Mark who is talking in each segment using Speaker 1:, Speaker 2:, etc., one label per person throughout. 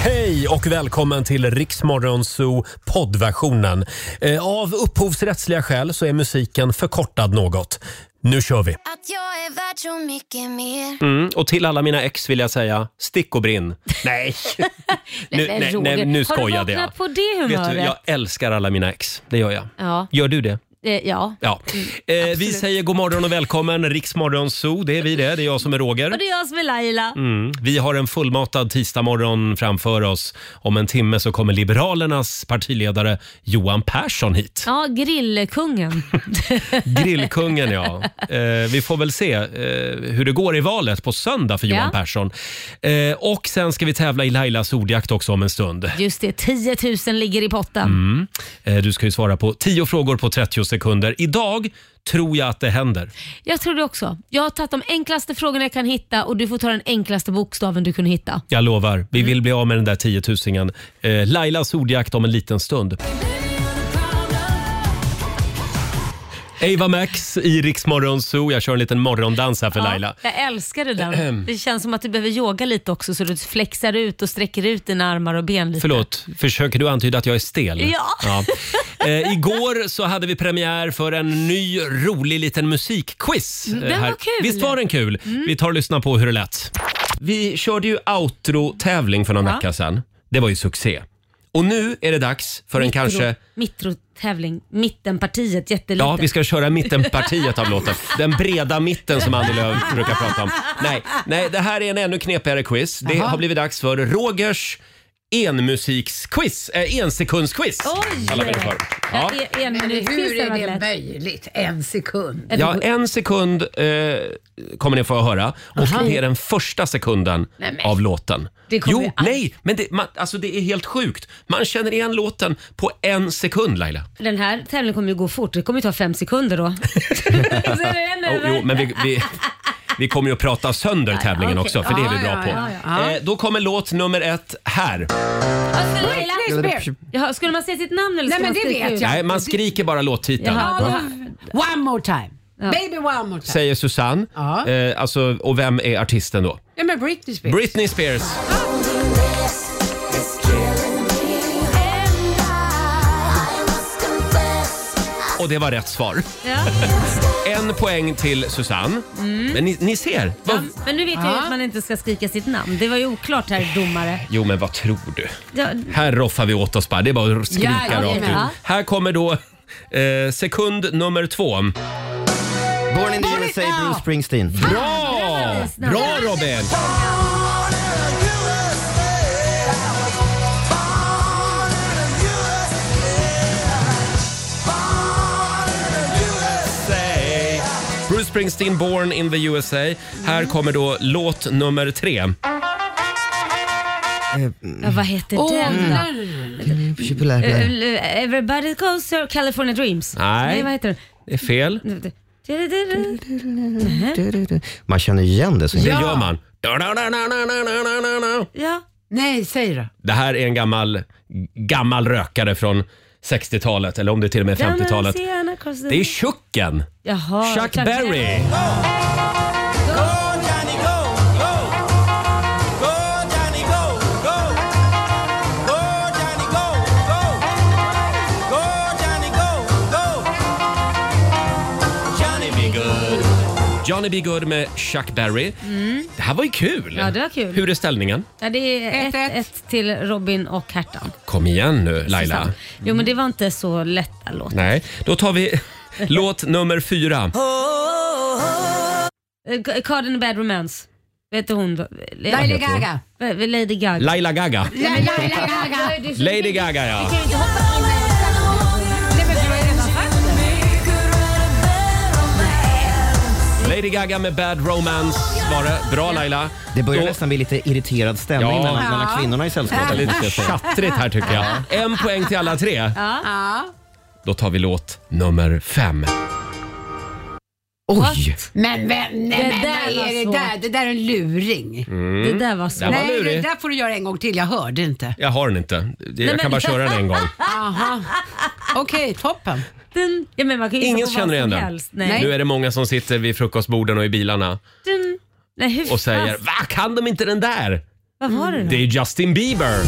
Speaker 1: Hej och välkommen till Riksmorgonzoo poddversionen. Eh, Av upphovsrättsliga skäl så är musiken förkortad något. Nu kör vi!
Speaker 2: Att jag är värd så mycket mer
Speaker 1: Mm, och till alla mina ex vill jag säga, stick och brinn. Nej, nu,
Speaker 3: men
Speaker 1: nej,
Speaker 3: Roger,
Speaker 1: nej, nu
Speaker 3: har du
Speaker 1: skojade jag.
Speaker 3: vaknat på det
Speaker 1: Vet du,
Speaker 3: humöret?
Speaker 1: jag älskar alla mina ex. Det gör jag.
Speaker 3: Ja.
Speaker 1: Gör du det?
Speaker 3: Eh, ja.
Speaker 1: Ja.
Speaker 4: Mm,
Speaker 1: Eh, vi säger god morgon och välkommen, Riksmorgonzoo. Det är vi det, det är jag som är Roger.
Speaker 3: Och det är jag som är Laila.
Speaker 1: Mm. Vi har en fullmatad tisdagmorgon framför oss. Om en timme så kommer Liberalernas partiledare Johan Persson hit.
Speaker 3: Ja, grillkungen.
Speaker 1: Grillkungen, ja. Eh, vi får väl se eh, hur det går i valet på söndag för
Speaker 3: Ja.
Speaker 1: Johan Persson. Eh, och sen ska vi tävla i Lailas ordjakt också om en stund.
Speaker 3: Just det, 10 000 ligger i potten.
Speaker 1: Mm. Eh, du ska ju svara på 10 frågor på 30 sekunder. Idag tror jag att det händer.
Speaker 3: Jag tror det också. Jag har tagit de enklaste frågorna jag kan hitta och du får ta den enklaste bokstaven du kunde hitta.
Speaker 1: Jag lovar,
Speaker 3: Mm.
Speaker 1: vi vill bli av med den där 10 000 eh, Lailas ordjakt om en liten stund. Ava Max i Rix Morgon Zoo. Jag kör en liten morgondans här för Laila.
Speaker 3: Ja, jag älskar det där. Det känns som att du behöver yoga lite också så du flexar ut och sträcker ut dina armar och ben lite.
Speaker 1: Förlåt, försöker du antyda att jag är stel?
Speaker 3: Ja.
Speaker 1: Eh, igår så hade vi premiär för en ny rolig liten musikquiz.
Speaker 3: Mm, den
Speaker 1: eh,
Speaker 3: var kul. Mm.
Speaker 1: Visst var den kul? Vi tar och lyssnar på hur det lät. Vi körde ju outro-tävling för någon
Speaker 3: Ja.
Speaker 1: vecka sedan. Det var ju succé. Och nu är det dags för en kanske...
Speaker 3: Mittrotävling, mittenpartiet, jätteliten.
Speaker 1: Ja, vi ska köra mittenpartiet av låten. Den breda mitten som Annie Lööf brukar prata om. Nej, nej, det här är en ännu knepigare quiz. Det har blivit dags för Rogers enmusiksquiz, äh, ensekundsquiz.
Speaker 3: Oj!
Speaker 1: kallar vi det för. Ja.
Speaker 3: En, en
Speaker 4: Men
Speaker 3: minut
Speaker 4: hur är det
Speaker 3: lätt.
Speaker 4: möjligt? En sekund.
Speaker 3: Eller-
Speaker 1: Ja, en sekund eh, kommer ni få höra och det är den första sekunden
Speaker 4: Nej, men.
Speaker 1: av låten.
Speaker 3: Det kommer
Speaker 1: jo,
Speaker 3: ju aldrig-
Speaker 1: nej, men det, man, alltså det är helt sjukt. Man känner igen låten på en sekund, Laila.
Speaker 3: Den här tävlingen kommer ju gå fort. Det kommer ju ta fem sekunder då. Så är det
Speaker 1: Jo,
Speaker 3: en över.
Speaker 1: jo, men vi, vi, vi kommer ju att prata sönder tävlingen
Speaker 3: okej.
Speaker 1: också, för det är vi
Speaker 4: Ja,
Speaker 1: bra
Speaker 4: ja,
Speaker 1: på.
Speaker 4: ja, ja.
Speaker 1: Eh, då kommer låt nummer ett här.
Speaker 3: Vad ska Laila-
Speaker 4: Britney Spears.
Speaker 3: Jaha, skulle man säga sitt namn eller
Speaker 4: Nej,
Speaker 3: ska
Speaker 4: men
Speaker 3: man
Speaker 4: det
Speaker 3: skrika
Speaker 4: vet
Speaker 3: ut?
Speaker 4: jag.
Speaker 1: Nej, man skriker bara låttiteln.
Speaker 3: Jaha, då-
Speaker 4: One more time. Baby one more time.
Speaker 1: Säger Susanne.
Speaker 4: Ja.
Speaker 1: Eh, alltså, och vem är artisten då?
Speaker 4: Ja, men Britney Spears.
Speaker 1: Britney Spears. Och det var rätt svar.
Speaker 3: ja.
Speaker 1: En poäng till Susanne.
Speaker 4: Mm.
Speaker 1: Men ni, ni ser. Vad,
Speaker 3: Men nu vet jag ju att man inte ska skrika sitt namn. Det var ju oklart här domare.
Speaker 1: Jo, men vad tror du?
Speaker 3: Ja,
Speaker 1: Här roffar vi åt oss bara. Det är bara att skrika
Speaker 4: Ja, ja,
Speaker 1: rakt ut.
Speaker 3: ja.
Speaker 1: Här kommer då eh, sekund nummer två.
Speaker 5: Born in the
Speaker 4: Born in-
Speaker 5: USA,
Speaker 4: ja.
Speaker 3: Ah!
Speaker 5: Bruce Springsteen.
Speaker 1: Bra! Bra Robin! Bruce Springsteen, Born in the USA. Här
Speaker 3: Mm.
Speaker 1: kommer då låt nummer tre.
Speaker 5: Mm.
Speaker 3: ja, vad heter
Speaker 4: Åh,
Speaker 3: den då?
Speaker 4: Mm.
Speaker 5: Populär.
Speaker 3: L- Everybody goes to California Dreams.
Speaker 1: Nej.
Speaker 3: vad heter den?
Speaker 1: Det är fel. Det
Speaker 5: Man känner igen det. Så
Speaker 4: Ja.
Speaker 1: gör man.
Speaker 3: Ja.
Speaker 4: Nej, säg då.
Speaker 1: Det här är en gammal, gammal rökare från 60-talet, eller om det till och med är 50-talet. Det är Chucken!
Speaker 3: Jaha,
Speaker 1: Chuck Berry! Johnny B. Good med Chuck Berry. Det här var ju kul!
Speaker 3: Mm. Ja, det var kul.
Speaker 1: Hur är ställningen?
Speaker 3: Ja, det är 1-1 till Robin och Hertan.
Speaker 1: Kom igen nu Laila.
Speaker 3: Jo, men det var inte så lätta låt.
Speaker 1: Nej, då tar vi låt nummer fyra.
Speaker 3: Eh, G- Card in a Bad Romance. Vet du hon då?
Speaker 4: Lady Gaga.
Speaker 3: Eh, Lady Gaga.
Speaker 1: Laila Gaga.
Speaker 4: Ja, men Laila Gaga.
Speaker 1: Lady Gaga ja.
Speaker 4: Nej, men du har redan sagt det.
Speaker 1: Lady Gaga med Bad Romance var det. Bra Laila.
Speaker 5: Det börjar
Speaker 1: Då-
Speaker 5: nästan bli lite irriterad stämning
Speaker 1: Ja.
Speaker 5: mellan, mellan
Speaker 4: Ja.
Speaker 5: kvinnorna i sällskapet. måste
Speaker 1: Lite
Speaker 5: jag säga.
Speaker 1: tjattrigt här tycker jag. En poäng till alla tre.
Speaker 4: Ja.
Speaker 1: Då tar vi låt nummer fem.
Speaker 5: Oj!
Speaker 4: Men, men, nej,
Speaker 3: Det
Speaker 4: men
Speaker 3: där
Speaker 4: vad
Speaker 3: var
Speaker 4: är det
Speaker 3: svårt.
Speaker 4: där? Det där är en luring.
Speaker 1: Mm.
Speaker 3: Det där var så.
Speaker 1: Den var
Speaker 4: Nej,
Speaker 1: lurig.
Speaker 4: det där får du göra en gång till. Jag hörde inte.
Speaker 1: Jag har den inte. Jag kan
Speaker 3: men-
Speaker 1: bara köra den en gång.
Speaker 4: Aha. Okej, toppen.
Speaker 3: Den, ja, men man kan ju
Speaker 1: Ingen
Speaker 3: hitta på vad
Speaker 1: känner igen
Speaker 3: som
Speaker 1: den.
Speaker 3: helst. Nej.
Speaker 1: Nu är det många som sitter vid frukostborden och i bilarna
Speaker 3: Den, nej, hur
Speaker 1: och säger
Speaker 3: fast-
Speaker 1: Va, kan de inte den där?
Speaker 3: Vad var det då?
Speaker 1: Det är Justin Bieber.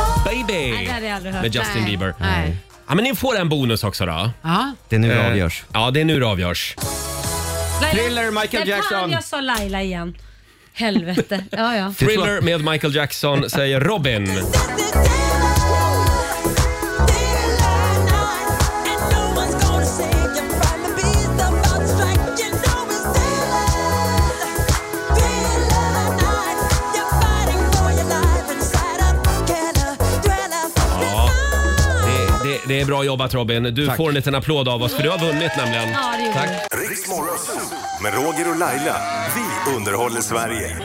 Speaker 3: aldrig hört.
Speaker 1: med Justin
Speaker 4: Nej.
Speaker 1: Bieber.
Speaker 4: Nej.
Speaker 1: Ja, men ni får en bonus också då.
Speaker 4: Ja.
Speaker 5: Det är nu det
Speaker 1: Eh,
Speaker 5: avgörs.
Speaker 1: Ja, det är nu det avgörs.
Speaker 3: Laila-
Speaker 1: Thriller, Michael
Speaker 3: Nej,
Speaker 1: Jackson.
Speaker 3: Fan, jag sa Laila igen. Helvete. Ja, ja.
Speaker 5: Det tror-
Speaker 1: Thriller med Michael Jackson säger Robin. Det, det, det är bra jobbat Robin. Du får en liten applåd av oss för du har vunnit nämligen.
Speaker 3: Ja, det gjorde
Speaker 1: Tack.
Speaker 3: du.
Speaker 6: Riksmorgonzoo med Roger och Laila. Vi underhåller Sverige.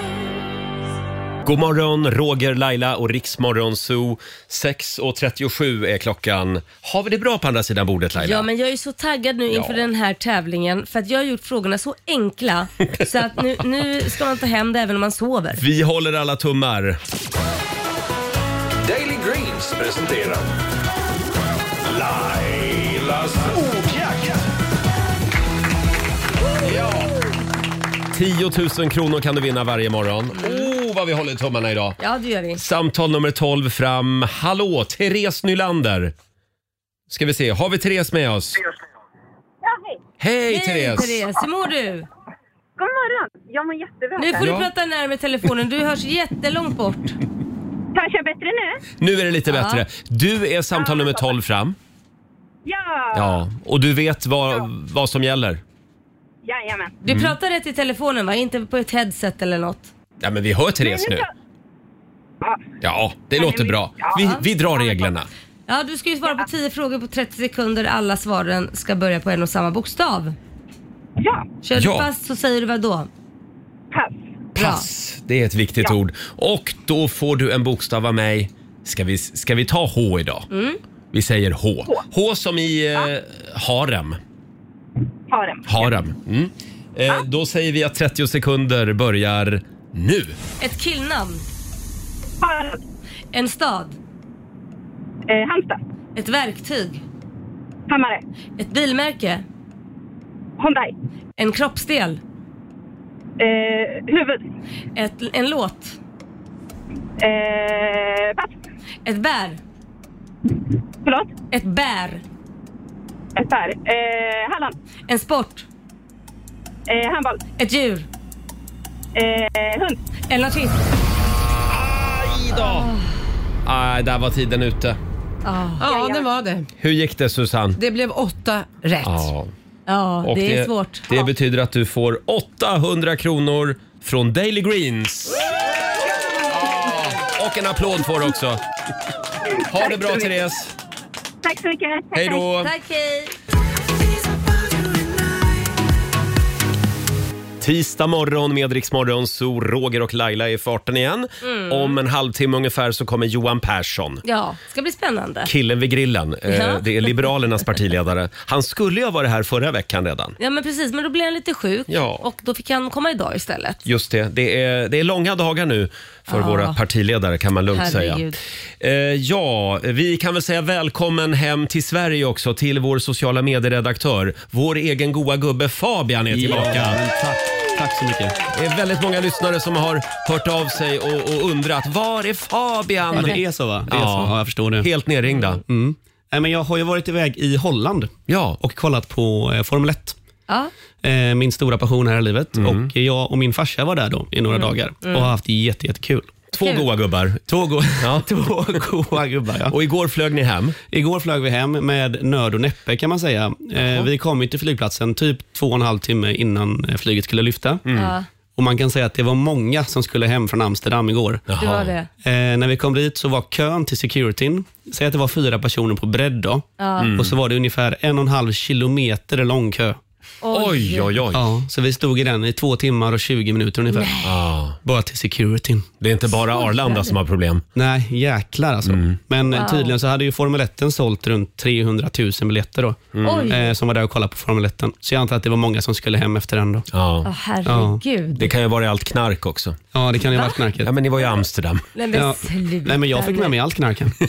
Speaker 1: God morgon, Roger, Laila och Riksmorgon Zoo. 6.37 är klockan. Har vi det bra på andra sidan bordet Laila?
Speaker 3: Ja, men jag är så taggad nu inför
Speaker 1: Ja.
Speaker 3: den här tävlingen för att jag har gjort frågorna så enkla så att nu, nu ska man ta hem det även om man sover.
Speaker 1: Vi håller alla tummar.
Speaker 7: Daily Greens presenterar Lailas ordjakt.
Speaker 1: 10 000 kronor kan du vinna varje morgon.
Speaker 7: Mm.
Speaker 1: Oh, vad vi håller tummarna idag.
Speaker 3: Ja, det gör vi.
Speaker 1: Samtal nummer 12 fram. Hallå, Therese Nylander. Ska vi se, har vi Therese med oss? Hej, Therese!
Speaker 3: Therese, hur mår du?
Speaker 8: God morgon! Jag mår jättebra.
Speaker 3: Nu får
Speaker 1: Ja.
Speaker 3: du prata närmare telefonen, du hörs jättelångt bort.
Speaker 8: Hörs jag bättre nu?
Speaker 1: Nu är det lite
Speaker 3: Ja.
Speaker 1: bättre. Du är samtal nummer 12 fram.
Speaker 8: Ja!
Speaker 1: Ja, och du vet vad, vad som gäller.
Speaker 8: Jajamän.
Speaker 3: Du
Speaker 1: Mm.
Speaker 3: pratar rätt i telefonen va? Inte på ett headset eller något?
Speaker 1: Ja, men vi hör Therese nu.
Speaker 8: Ja,
Speaker 1: Ja, det låter bra. Vi, vi drar reglerna.
Speaker 3: Ja, du ska ju svara på 10 frågor på 30 sekunder. Alla svaren ska börja på en och samma bokstav.
Speaker 8: ja,
Speaker 3: Kör
Speaker 1: Ja.
Speaker 3: du fast så säger du vad då?
Speaker 8: pass.
Speaker 3: Bra.
Speaker 1: Pass, det är ett viktigt ord. Och då får du en bokstav av mig. Ska vi, ska vi ta H idag? Vi säger H. H som i eh, harem.
Speaker 8: Ha den.
Speaker 1: Harem. Mm. Eh, då säger vi att 30 sekunder börjar nu.
Speaker 3: Ett killnamn,
Speaker 8: Ha
Speaker 3: en stad,
Speaker 8: eh, Halmstad.
Speaker 3: ett verktyg,
Speaker 8: Hammare.
Speaker 3: ett bilmärke,
Speaker 8: Hyundai.
Speaker 3: en kroppsdel,
Speaker 8: Eh, huvud.
Speaker 3: ett, en låt,
Speaker 8: Eh, pass.
Speaker 3: ett bär,
Speaker 8: Förlåt.
Speaker 3: ett bär,
Speaker 8: Ett här. Eh, Halland.
Speaker 3: en sport,
Speaker 8: Eh, handboll.
Speaker 3: ett djur,
Speaker 8: Eh, hund.
Speaker 3: en artist.
Speaker 1: Aj då! Ah, där var tiden ute.
Speaker 3: Ja,
Speaker 4: ja, det var det.
Speaker 1: Hur gick det Susanne?
Speaker 4: Det blev åtta rätt.
Speaker 1: Ja.
Speaker 3: ja
Speaker 1: Och
Speaker 3: det är svårt.
Speaker 1: Det betyder att du får 800 kronor från Daily Greens. Ja, Och en applåd får du också. Ha det bra Therese.
Speaker 8: Tack så mycket. Tack,
Speaker 1: Hej då.
Speaker 3: Tack, hej.
Speaker 1: Tisdag morgon med Rix Morgon, så Roger och Laila är i farten igen. Om en halvtimme ungefär så kommer Johan Persson.
Speaker 3: Ja, ska bli spännande.
Speaker 1: Killen vid grillen. Eh,
Speaker 3: Ja.
Speaker 1: Det är Liberalernas partiledare. Han skulle ju ha varit här förra veckan redan.
Speaker 3: Ja men precis, men då blev han lite sjuk
Speaker 1: Ja.
Speaker 3: och då fick han komma idag istället.
Speaker 1: Just det, det är, det är långa dagar nu för
Speaker 3: Ja.
Speaker 1: våra partiledare kan man lugnt
Speaker 3: Herregud.
Speaker 1: säga. Eh, ja, vi kan väl säga välkommen hem till Sverige också till vår sociala medieredaktör. Vår egen goa gubbe Fabian är tillbaka.
Speaker 9: Tack, tack så mycket.
Speaker 1: Det är väldigt många lyssnare som har hört av sig och, och undrat var är Fabian?
Speaker 9: Ja, det är så va? Det är
Speaker 1: Ja.
Speaker 9: så. Ja, jag förstår det.
Speaker 1: Helt nerringda.
Speaker 9: Mm. Nej, men jag har ju varit iväg i Holland
Speaker 1: Ja,
Speaker 9: och kollat på eh, Formel 1.
Speaker 3: Ja.
Speaker 9: Eh, min stora passion här i livet.
Speaker 1: Mm.
Speaker 9: Och jag och min farsa var där då i
Speaker 8: Mm.
Speaker 9: några dagar och har haft jätte, jättekul.
Speaker 1: två goa gubbar.
Speaker 9: Två, go-
Speaker 1: Ja.
Speaker 9: två goa gubbar ja.
Speaker 1: Och igår flög ni hem.
Speaker 9: Igår flög vi hem med nöd och näppe kan man säga. Eh, vi kom ju till flygplatsen typ två och en halv timme innan eh, flyget skulle lyfta.
Speaker 3: Ja,
Speaker 9: Och man kan säga att det var många som skulle hem från Amsterdam igår.
Speaker 3: det var det.
Speaker 9: Eh, när vi kom dit så var kön till securityn, säg att det var fyra personer på bredd då. Och så var det ungefär en och en halv kilometer lång kö.
Speaker 1: Oj, oj, oj.
Speaker 9: Ja, så vi stod i den i två timmar och 20 minuter ungefär.
Speaker 1: Ah,
Speaker 9: Bara till securityn.
Speaker 1: det är inte bara Arlanda som har problem.
Speaker 9: Nej, jäklar alltså. Men eh, tydligen så hade ju Formel 1 sålt runt 300 000 biljetter då.
Speaker 3: Oj.
Speaker 1: Mm.
Speaker 9: Eh, som var där och kollade på Formel 1. Så jag antar att det var många som skulle hem efter den då.
Speaker 3: Ja,
Speaker 1: Ja.
Speaker 3: herregud.
Speaker 1: Det kan ju vara allt knark också.
Speaker 9: Ah. Ja, det kan ju ha varit knarket.
Speaker 1: Ja, men ni var ju i Amsterdam.
Speaker 3: Nej men
Speaker 9: Ja.
Speaker 3: sluta
Speaker 9: Nej, men jag fick med
Speaker 3: nu.
Speaker 9: mig allt knarken.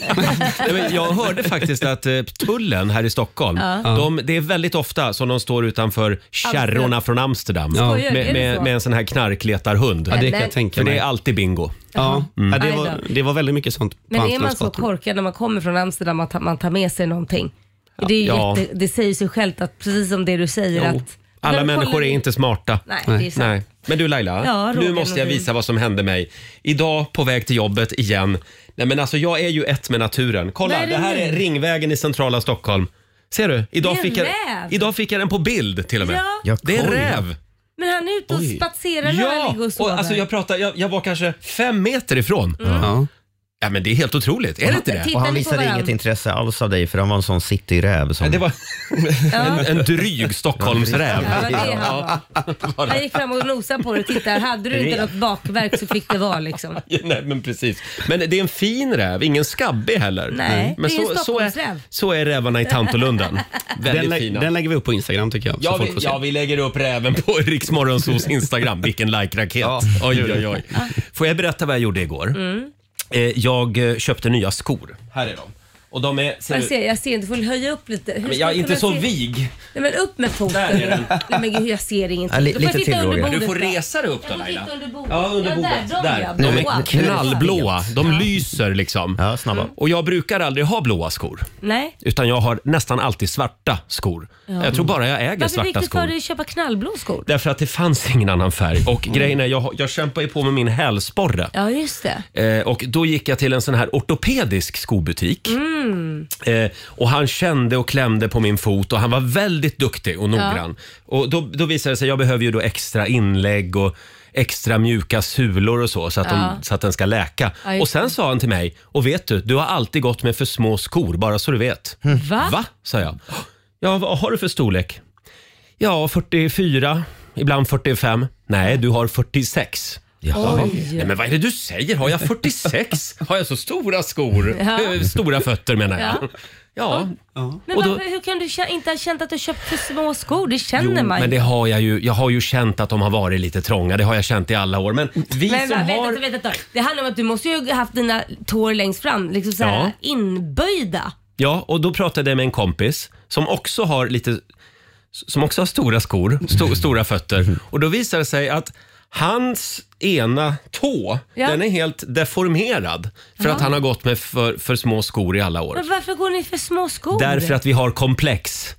Speaker 1: Nej, men jag hörde faktiskt att eh, tullen här i Stockholm, de, det är väldigt ofta som de står utan, utanför Kärrorna från Amsterdam.
Speaker 9: Ja.
Speaker 3: Skojar du?
Speaker 1: Med,
Speaker 3: Är det
Speaker 1: med,
Speaker 3: så?
Speaker 1: med en sån här knarkletarhund.
Speaker 9: Ja, det kan
Speaker 3: Men-
Speaker 9: jag tänka
Speaker 1: För det
Speaker 9: mig.
Speaker 1: är alltid bingo.
Speaker 9: Ja,
Speaker 5: Mm.
Speaker 9: ja det,
Speaker 3: Aj då.
Speaker 9: var, det var väldigt mycket sånt på
Speaker 3: Men är man
Speaker 9: Amsterdams
Speaker 3: så
Speaker 9: gator.
Speaker 3: korkad när man kommer från Amsterdam att man tar med sig någonting? Det, är ju
Speaker 1: Ja.
Speaker 3: jätte, det säger sig självt att precis som det du säger
Speaker 1: Jo.
Speaker 3: att...
Speaker 1: Alla
Speaker 3: Men
Speaker 1: människor
Speaker 3: kollar
Speaker 1: är
Speaker 3: ni-
Speaker 1: inte smarta.
Speaker 3: Nej, det är sant.
Speaker 1: Nej. Men du Laila,
Speaker 3: Ja, Roger
Speaker 1: nu måste jag
Speaker 3: Nordin.
Speaker 1: visa vad som hände mig. Idag på väg till jobbet igen. Nej men alltså jag är ju ett med naturen. Kolla,
Speaker 3: Vad är
Speaker 1: det,
Speaker 3: det
Speaker 1: här
Speaker 3: nu?
Speaker 1: är Ringvägen i centrala Stockholm. Ser du? Idag
Speaker 3: Det är
Speaker 1: fick, jag,
Speaker 3: en räv.
Speaker 1: idag fick jag den på bild till och med.
Speaker 3: Ja,
Speaker 5: Jag
Speaker 1: Det är en
Speaker 5: kollar.
Speaker 1: räv!
Speaker 3: men han är ute och
Speaker 1: Oj.
Speaker 3: spatserar när han
Speaker 1: Ja!
Speaker 3: ligger och sover. Mm.
Speaker 1: Och, alltså, jag, pratar, jag, jag var kanske fem meter ifrån.
Speaker 9: Ja.
Speaker 1: Ja men det är helt otroligt, är det inte det?
Speaker 3: Tittar
Speaker 5: Och han
Speaker 3: ni på
Speaker 5: visade
Speaker 3: varandra?
Speaker 5: inget intresse alls av dig för han var en sån cityräv. Som...
Speaker 1: Nej, Det var en, en dryg Stockholmsräv.
Speaker 3: Ja, det var det han var. Han gick fram och nosade på det och tittade. Hade du inte något bakverk så fick det vara liksom.
Speaker 1: Ja, Nej men precis. Men det är en fin räv, ingen skabbig heller.
Speaker 3: Nej,
Speaker 1: Mm. men
Speaker 3: det är en
Speaker 1: så, är,
Speaker 3: Stockholmsräv.
Speaker 1: så är rävarna i Tantolunden.
Speaker 9: Den,
Speaker 1: Väldigt
Speaker 9: lä-
Speaker 1: fina.
Speaker 9: den lägger vi upp på Instagram tycker jag. Så
Speaker 1: ja,
Speaker 9: folk
Speaker 1: vi,
Speaker 9: får se.
Speaker 1: ja, vi lägger upp räven på Riksmorgonsos Instagram. Vilken like-raket. Oj, oj, oj. Får jag berätta vad jag gjorde igår?
Speaker 3: Mm.
Speaker 1: Eh, jag eh, köpte nya skor. Här är de. Och de är... Ser
Speaker 3: Jag
Speaker 1: ut,
Speaker 3: ser, jag ser inte, du får höja upp lite. Hur
Speaker 1: men
Speaker 3: ska
Speaker 1: jag är
Speaker 3: kunna
Speaker 1: inte så
Speaker 3: se?
Speaker 1: vig.
Speaker 3: Nej men upp med foten.
Speaker 1: Där är den.
Speaker 3: Nej men gud, jag ser ingenting.
Speaker 5: Ja, li-
Speaker 3: Då får jag
Speaker 5: lite
Speaker 3: titta
Speaker 5: till,
Speaker 3: under
Speaker 5: Roger.
Speaker 3: bordet
Speaker 1: Du får
Speaker 3: då.
Speaker 1: resa dig upp då
Speaker 3: Jag får
Speaker 1: Laila.
Speaker 3: titta under bordet.
Speaker 1: Ja, under
Speaker 3: Ja, där,
Speaker 1: bordet.
Speaker 3: de,
Speaker 1: Där.
Speaker 3: ja.
Speaker 1: De är
Speaker 5: Wow.
Speaker 1: knallblåa. De lyser liksom.
Speaker 5: Ja,
Speaker 3: Mm.
Speaker 5: snabba.
Speaker 1: Och jag brukar aldrig ha blåa skor.
Speaker 3: Nej.
Speaker 1: Utan jag har nästan alltid svarta skor. Jag tror bara jag äger
Speaker 3: Varför fick
Speaker 1: svarta
Speaker 3: du
Speaker 1: skor.
Speaker 3: för dig Mm. att köpa knallblå skor?
Speaker 1: Därför att det fanns ingen annan färg. Och grejen är, jag, har- jag kämpar ju på med min hälsporre.
Speaker 3: Ja just det.
Speaker 1: Eh, och då gick jag till en sån här ortopedisk skobutik.
Speaker 3: Mm.
Speaker 1: Eh, och han kände och klämde på min fot och han var väldigt duktig och noggrann. Och då, då visade det sig, jag behöver ju då extra inlägg och extra mjuka sulor och så, så att, de, så att den ska läka.
Speaker 3: Ja, just
Speaker 1: och sen sa han till mig, och vet du, du har alltid gått med för små skor, bara så du vet.
Speaker 3: Va?
Speaker 1: Va? sa jag. Ja, vad har du för storlek? Ja, 44, ibland 45. Nej, du har 46. Jaha. Nej, men vad är det du säger? Har jag 46? Har jag så stora skor? Eh, Stora fötter menar jag. Ja,
Speaker 3: Men
Speaker 1: Och då-
Speaker 3: varför, hur kan du kä- inte ha känt att du köpt för små skor? Det
Speaker 1: jo,
Speaker 3: känner man ju.
Speaker 1: men det har jag ju. Jag har ju känt att de har varit lite trånga. Det har jag känt i alla år. Men vi
Speaker 3: Men
Speaker 1: som
Speaker 3: vänta,
Speaker 1: har...
Speaker 3: vänta, vänta. Det handlar om att du måste ju ha haft dina tår längst fram, liksom så här
Speaker 1: Ja.
Speaker 3: inböjda.
Speaker 1: Ja, och då pratade jag med en kompis som också har lite som också har stora skor, sto,
Speaker 3: Mm.
Speaker 1: stora fötter. Och då visade det sig att hans ena tå,
Speaker 3: Ja.
Speaker 1: den är helt deformerad för att han har gått med för, för små skor i alla år.
Speaker 3: Men varför går ni för små skor?
Speaker 1: Därför att vi har komplex.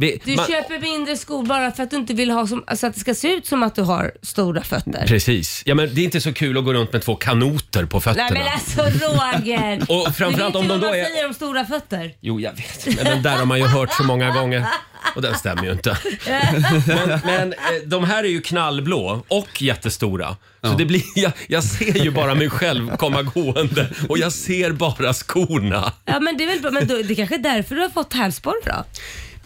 Speaker 1: Vi,
Speaker 3: du
Speaker 1: man-
Speaker 3: köper mindre skor bara för att du inte vill ha som, alltså att det ska se ut som att du har stora fötter.
Speaker 1: Precis. Ja, men det är inte så kul att gå runt med två kanoter på fötterna.
Speaker 3: Nej men alltså Roger!
Speaker 1: Och framförallt
Speaker 3: du vet
Speaker 1: om
Speaker 3: ju
Speaker 1: de
Speaker 3: vad
Speaker 1: då
Speaker 3: man
Speaker 1: är-
Speaker 3: säger om stora fötter.
Speaker 1: Jo, jag vet. Men den där har man ju hört så många gånger. Och den stämmer ju inte. Men, men eh, de här är ju knallblå och jättestora. Så det blir, jag, jag ser ju bara mig själv komma gående och jag ser bara skorna.
Speaker 3: Ja men det är väl bra, men då, det är kanske är därför du har fått hälsporr då?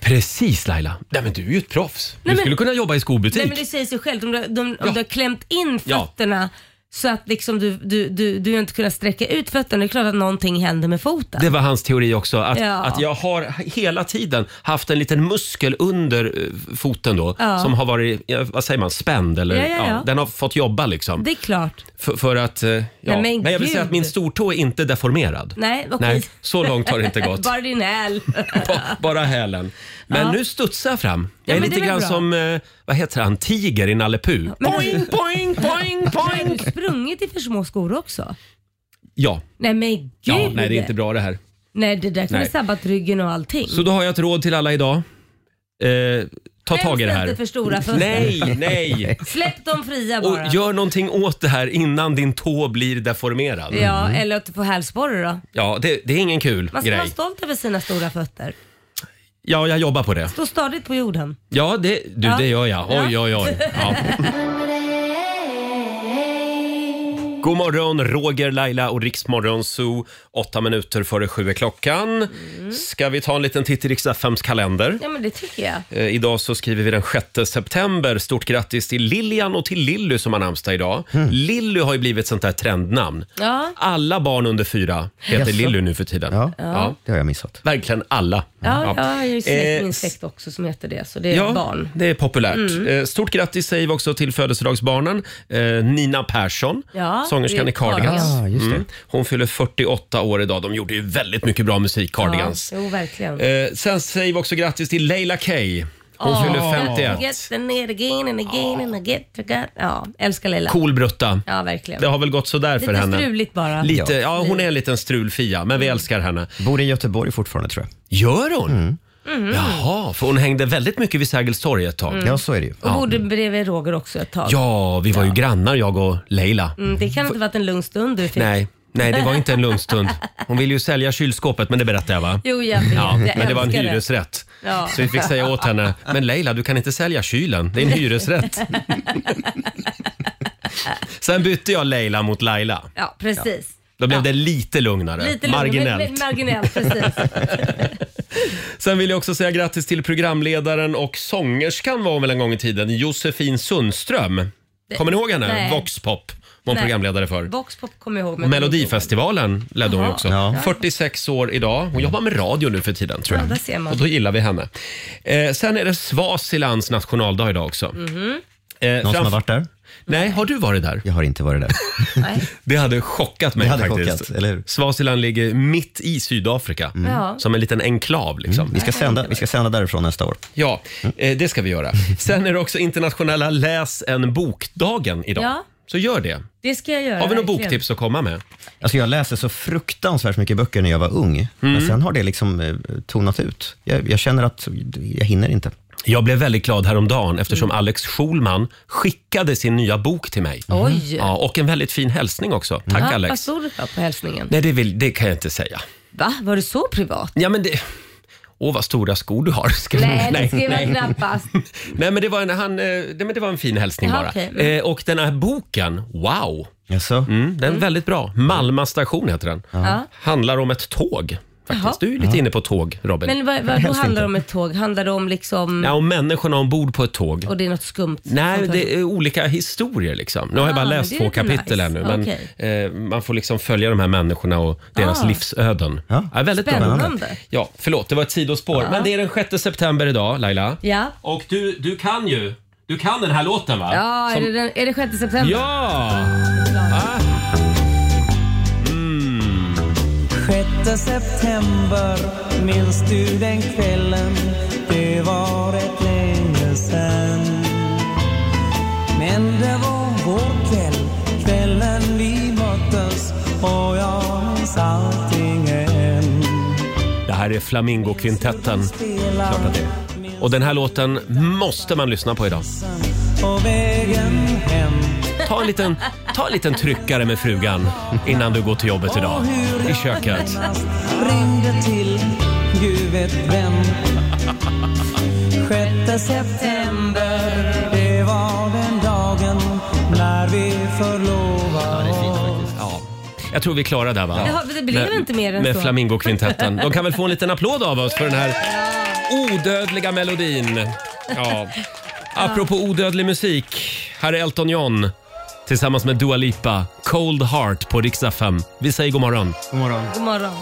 Speaker 1: Precis Laila. Nej men du är ju ett proffs. Du
Speaker 3: men-
Speaker 1: skulle kunna jobba i
Speaker 3: Nej
Speaker 1: skobutik.
Speaker 3: men det säger sig självt, om du, de, om
Speaker 1: Ja.
Speaker 3: du har klämt in
Speaker 1: Ja.
Speaker 3: fötterna så att liksom du, du, du, du inte kunnat sträcka ut fötterna, det är klart att någonting händer med foten.
Speaker 1: Det var hans teori också. Att,
Speaker 3: Ja.
Speaker 1: att jag har hela tiden haft en liten muskel under eh, foten då.
Speaker 3: Ja.
Speaker 1: Som har varit, ja, vad säger man, spänd eller
Speaker 3: Ja, ja, ja.
Speaker 1: den har fått jobba liksom.
Speaker 3: Det är klart.
Speaker 1: För, för att, eh, ja.
Speaker 3: men
Speaker 1: men, jag vill
Speaker 3: gud.
Speaker 1: säga att min stortå är inte deformerad.
Speaker 3: Nej, okej.
Speaker 1: Nej, så långt har det inte gått.
Speaker 3: Bara din häl.
Speaker 1: Ba- Bara hälen. Men nu studsar jag fram. Jag är
Speaker 3: men det
Speaker 1: lite
Speaker 3: är väl
Speaker 1: grann
Speaker 3: bra.
Speaker 1: som, eh, vad heter han, tiger i Nalle Puh.
Speaker 3: men-
Speaker 1: Poing, poing, poing,
Speaker 3: Har
Speaker 1: poing.
Speaker 3: du sprungit i för små skor också?
Speaker 1: Ja,
Speaker 3: Nej men gud.
Speaker 1: ja nej det är inte bra det här.
Speaker 3: Nej det där kommer
Speaker 1: Nej.
Speaker 3: sabbat ryggen och allting.
Speaker 1: Så då har jag ett råd till alla idag. Eh, ta
Speaker 3: Skäms
Speaker 1: tag i det här.
Speaker 3: inte för stora fötter.
Speaker 1: Nej, nej.
Speaker 3: Släpp dem fria
Speaker 1: Och
Speaker 3: bara.
Speaker 1: gör någonting åt det här innan din tå blir deformerad.
Speaker 3: Ja, eller att du får hälsporre då.
Speaker 1: Ja, det, det är ingen kul
Speaker 3: Man ska vara
Speaker 1: grej.
Speaker 3: stolt över sina stora fötter.
Speaker 1: Ja, jag jobbar på det.
Speaker 3: Stå stadigt på jorden.
Speaker 1: Ja, det, du,
Speaker 3: Ja.
Speaker 1: det gör jag. Oj, oj, oj. Ja. God morgon, Roger, Laila och Riksmorgon Zoo. Åtta minuter före sju är klockan. Ska vi ta en liten titt i Riks-FMs kalender?
Speaker 3: Mm. Ja men det tycker jag.
Speaker 1: Eh, idag så skriver vi den 6 september. Stort grattis till Lilian och till Lilly som har namnsdag idag.
Speaker 5: Hmm.
Speaker 1: Lilly har ju blivit sånt där trendnamn.
Speaker 3: Ja.
Speaker 1: Alla barn under fyra heter
Speaker 5: Jaså?
Speaker 1: Lilly nu för tiden.
Speaker 5: Ja.
Speaker 1: Ja.
Speaker 5: Det har jag missat.
Speaker 1: Verkligen alla.
Speaker 3: Ja, ja. jag är ju släkt,
Speaker 1: Eh,
Speaker 3: min släkt också som heter det. Så det är barn. Mm.
Speaker 1: det är populärt. Eh, Stort grattis säger vi också till födelsedagsbarnen. Eh, Nina Persson,
Speaker 3: Ja,
Speaker 1: sångerskan
Speaker 3: det
Speaker 1: i
Speaker 3: är
Speaker 1: Cardigans. Mm.
Speaker 5: Cardigans. Ah, just det.
Speaker 1: Hon fyller 48 år idag. De gjorde ju väldigt mycket bra musik, Cardigans.
Speaker 3: Ja, jo, verkligen.
Speaker 1: Eh, sen säger vi också grattis till Leila Kay. Hon
Speaker 3: Ah.
Speaker 1: fyller 51.
Speaker 3: Get the need again and again and I get the gut. Ja, älskar Leila.
Speaker 1: Cool brutta.
Speaker 3: Ja, verkligen.
Speaker 1: Det har väl gått sådär för
Speaker 3: Lite
Speaker 1: henne.
Speaker 3: struligt bara. Mm.
Speaker 1: Lite, ja, hon är en liten strulfia, men vi älskar henne.
Speaker 5: Bor i Göteborg fortfarande tror jag.
Speaker 1: Gör hon?
Speaker 5: Mm.
Speaker 3: Mm-hmm.
Speaker 1: Jaha, för hon hängde väldigt mycket vid Sergels torg ett tag.
Speaker 3: Mm.
Speaker 5: Ja, så är det ju.
Speaker 3: Och bodde bredvid Roger också ett tag.
Speaker 1: Ja, vi var ju grannar jag och Leila.
Speaker 3: Mm, det kan inte varit en lugn stund du fick.
Speaker 1: Nej, nej, det var inte en lugn stund. Hon ville ju sälja kylskåpet, men det berättade jag va?
Speaker 3: Jo, jag vet.
Speaker 1: Ja,
Speaker 3: jag
Speaker 1: men det var en
Speaker 3: älskar
Speaker 1: hyresrätt.
Speaker 3: Ja.
Speaker 1: Så vi fick säga åt henne, men Leila du kan inte sälja kylen, det är en hyresrätt. Sen bytte jag Leila mot Laila.
Speaker 3: Ja, precis.
Speaker 1: Då blev det lite lugnare,
Speaker 3: Lite lugn,
Speaker 1: marginellt.
Speaker 3: men- men Marginellt, precis.
Speaker 1: Sen vill jag också säga grattis till programledaren och sångerskan var hon väl en gång i tiden, Josefin Sundström. Kommer ni ihåg henne?
Speaker 3: Nej.
Speaker 1: Voxpop var hon
Speaker 3: Nej.
Speaker 1: programledare för.
Speaker 3: Voxpop kommer jag ihåg.
Speaker 1: Och
Speaker 3: men-
Speaker 1: Melodifestivalen ledde hon ju också.
Speaker 5: Ja.
Speaker 1: 46 år idag. Hon jobbar med radio nu för tiden tror jag.
Speaker 3: Ja, där ser man.
Speaker 1: Och då gillar vi henne. Eh, sen är det Swazilands nationaldag idag också.
Speaker 3: Mhm.
Speaker 1: Eh,
Speaker 5: Någon som
Speaker 1: framf-
Speaker 5: har varit där?
Speaker 1: Nej, har du varit där?
Speaker 5: Jag har inte varit där.
Speaker 1: Det hade chockat mig
Speaker 5: Det hade
Speaker 1: faktiskt.
Speaker 5: chockat, eller hur? Mm.
Speaker 1: Swaziland ligger mitt i Sydafrika.
Speaker 3: Ja.
Speaker 1: Som en liten enklav liksom.
Speaker 5: Vi ska sända, vi ska sända därifrån nästa år.
Speaker 1: Ja, eh, det ska vi göra. Sen är det också internationella läs en bokdagen idag.
Speaker 3: Ja.
Speaker 1: Så gör det.
Speaker 3: Det ska jag göra.
Speaker 1: Har vi något
Speaker 3: verkligen.
Speaker 1: boktips att komma med?
Speaker 5: Alltså jag läste så fruktansvärt mycket böcker när jag var ung, men sen har det liksom eh, tonat ut. Jag, jag känner att jag hinner inte.
Speaker 1: Jag blev väldigt glad häromdagen eftersom
Speaker 3: Mm.
Speaker 1: Alex Schulman skickade sin nya bok till mig. Mm.
Speaker 3: Oj. Mm.
Speaker 1: Ja, och en väldigt fin hälsning också. Tack
Speaker 3: Ja, Vad
Speaker 1: Alex.
Speaker 3: stod det på hälsningen?
Speaker 1: Nej, det, vill, det kan jag inte säga.
Speaker 3: Va? Var det så privat?
Speaker 1: Ja, men det... Åh, vad stora skor du har. Ska-
Speaker 3: Nej, det skrev jag knappast.
Speaker 1: Nej, men det var en, han, eh, det, men det var en fin hälsning
Speaker 3: Jaha,
Speaker 1: bara.
Speaker 3: okej. Mm.
Speaker 1: Eh, och den här boken, wow!
Speaker 5: Jaså?
Speaker 1: Mm, den är väldigt bra. Malma station heter den.
Speaker 3: Ja.
Speaker 1: Handlar om ett tåg. Faktiskt.
Speaker 3: Jaha.
Speaker 1: Du är ju lite inne på tåg, Robin.
Speaker 3: Men vad, vad då handlar det om ett tåg? Handlar det om liksom...
Speaker 1: Ja, och människorna ombord på ett tåg.
Speaker 3: Och det är något skumt?
Speaker 1: Nej,
Speaker 3: som-
Speaker 1: det är olika historier liksom. Nu har jag bara
Speaker 3: Ah,
Speaker 1: läst
Speaker 3: det är
Speaker 1: två
Speaker 3: lite
Speaker 1: kapitel
Speaker 3: nice.
Speaker 1: ännu, men eh, man får liksom följa de här människorna och deras
Speaker 3: Ah.
Speaker 1: livsöden.
Speaker 5: Ja.
Speaker 1: väldigt bra.
Speaker 3: Spännande.
Speaker 1: Ja, förlåt, det var ett sidospår. Men det är den 6 september idag, Laila.
Speaker 3: Ja.
Speaker 1: Och du, du kan ju, du kan den här låten va?
Speaker 3: Ja,
Speaker 1: Som-
Speaker 3: är, det den, är det 6 september?
Speaker 1: Ja! Va? Mm.
Speaker 10: 6 september, minns du den kvällen? Det var rätt länge sen. Men det var vår kväll, kvällen vi möttes och jag minns allting än.
Speaker 1: Det här är Flamingokvintetten.
Speaker 10: Spela
Speaker 1: Och den här låten måste man lyssna på idag.
Speaker 10: på vägen hem.
Speaker 1: Ta en liten, ta en liten tryckare med frugan innan du går till jobbet idag. I köket.
Speaker 10: Nast ringde till, Gud vet vem. 6 september, det var den dagen när vi förlovade oss.
Speaker 1: Ja. Jag tror vi är klara där va?
Speaker 3: Ja, det blev
Speaker 1: med,
Speaker 3: inte mer än
Speaker 1: Med
Speaker 3: så.
Speaker 1: Flamingokvintetten. De kan väl få en liten applåd av oss för den här odödliga melodin. Ja. Apropå odödlig musik. Här är Elton John tillsammans med Dua Lipa. Cold Heart på riksdag 5. Vi säger god morgon.
Speaker 5: God morgon.
Speaker 3: God morgon.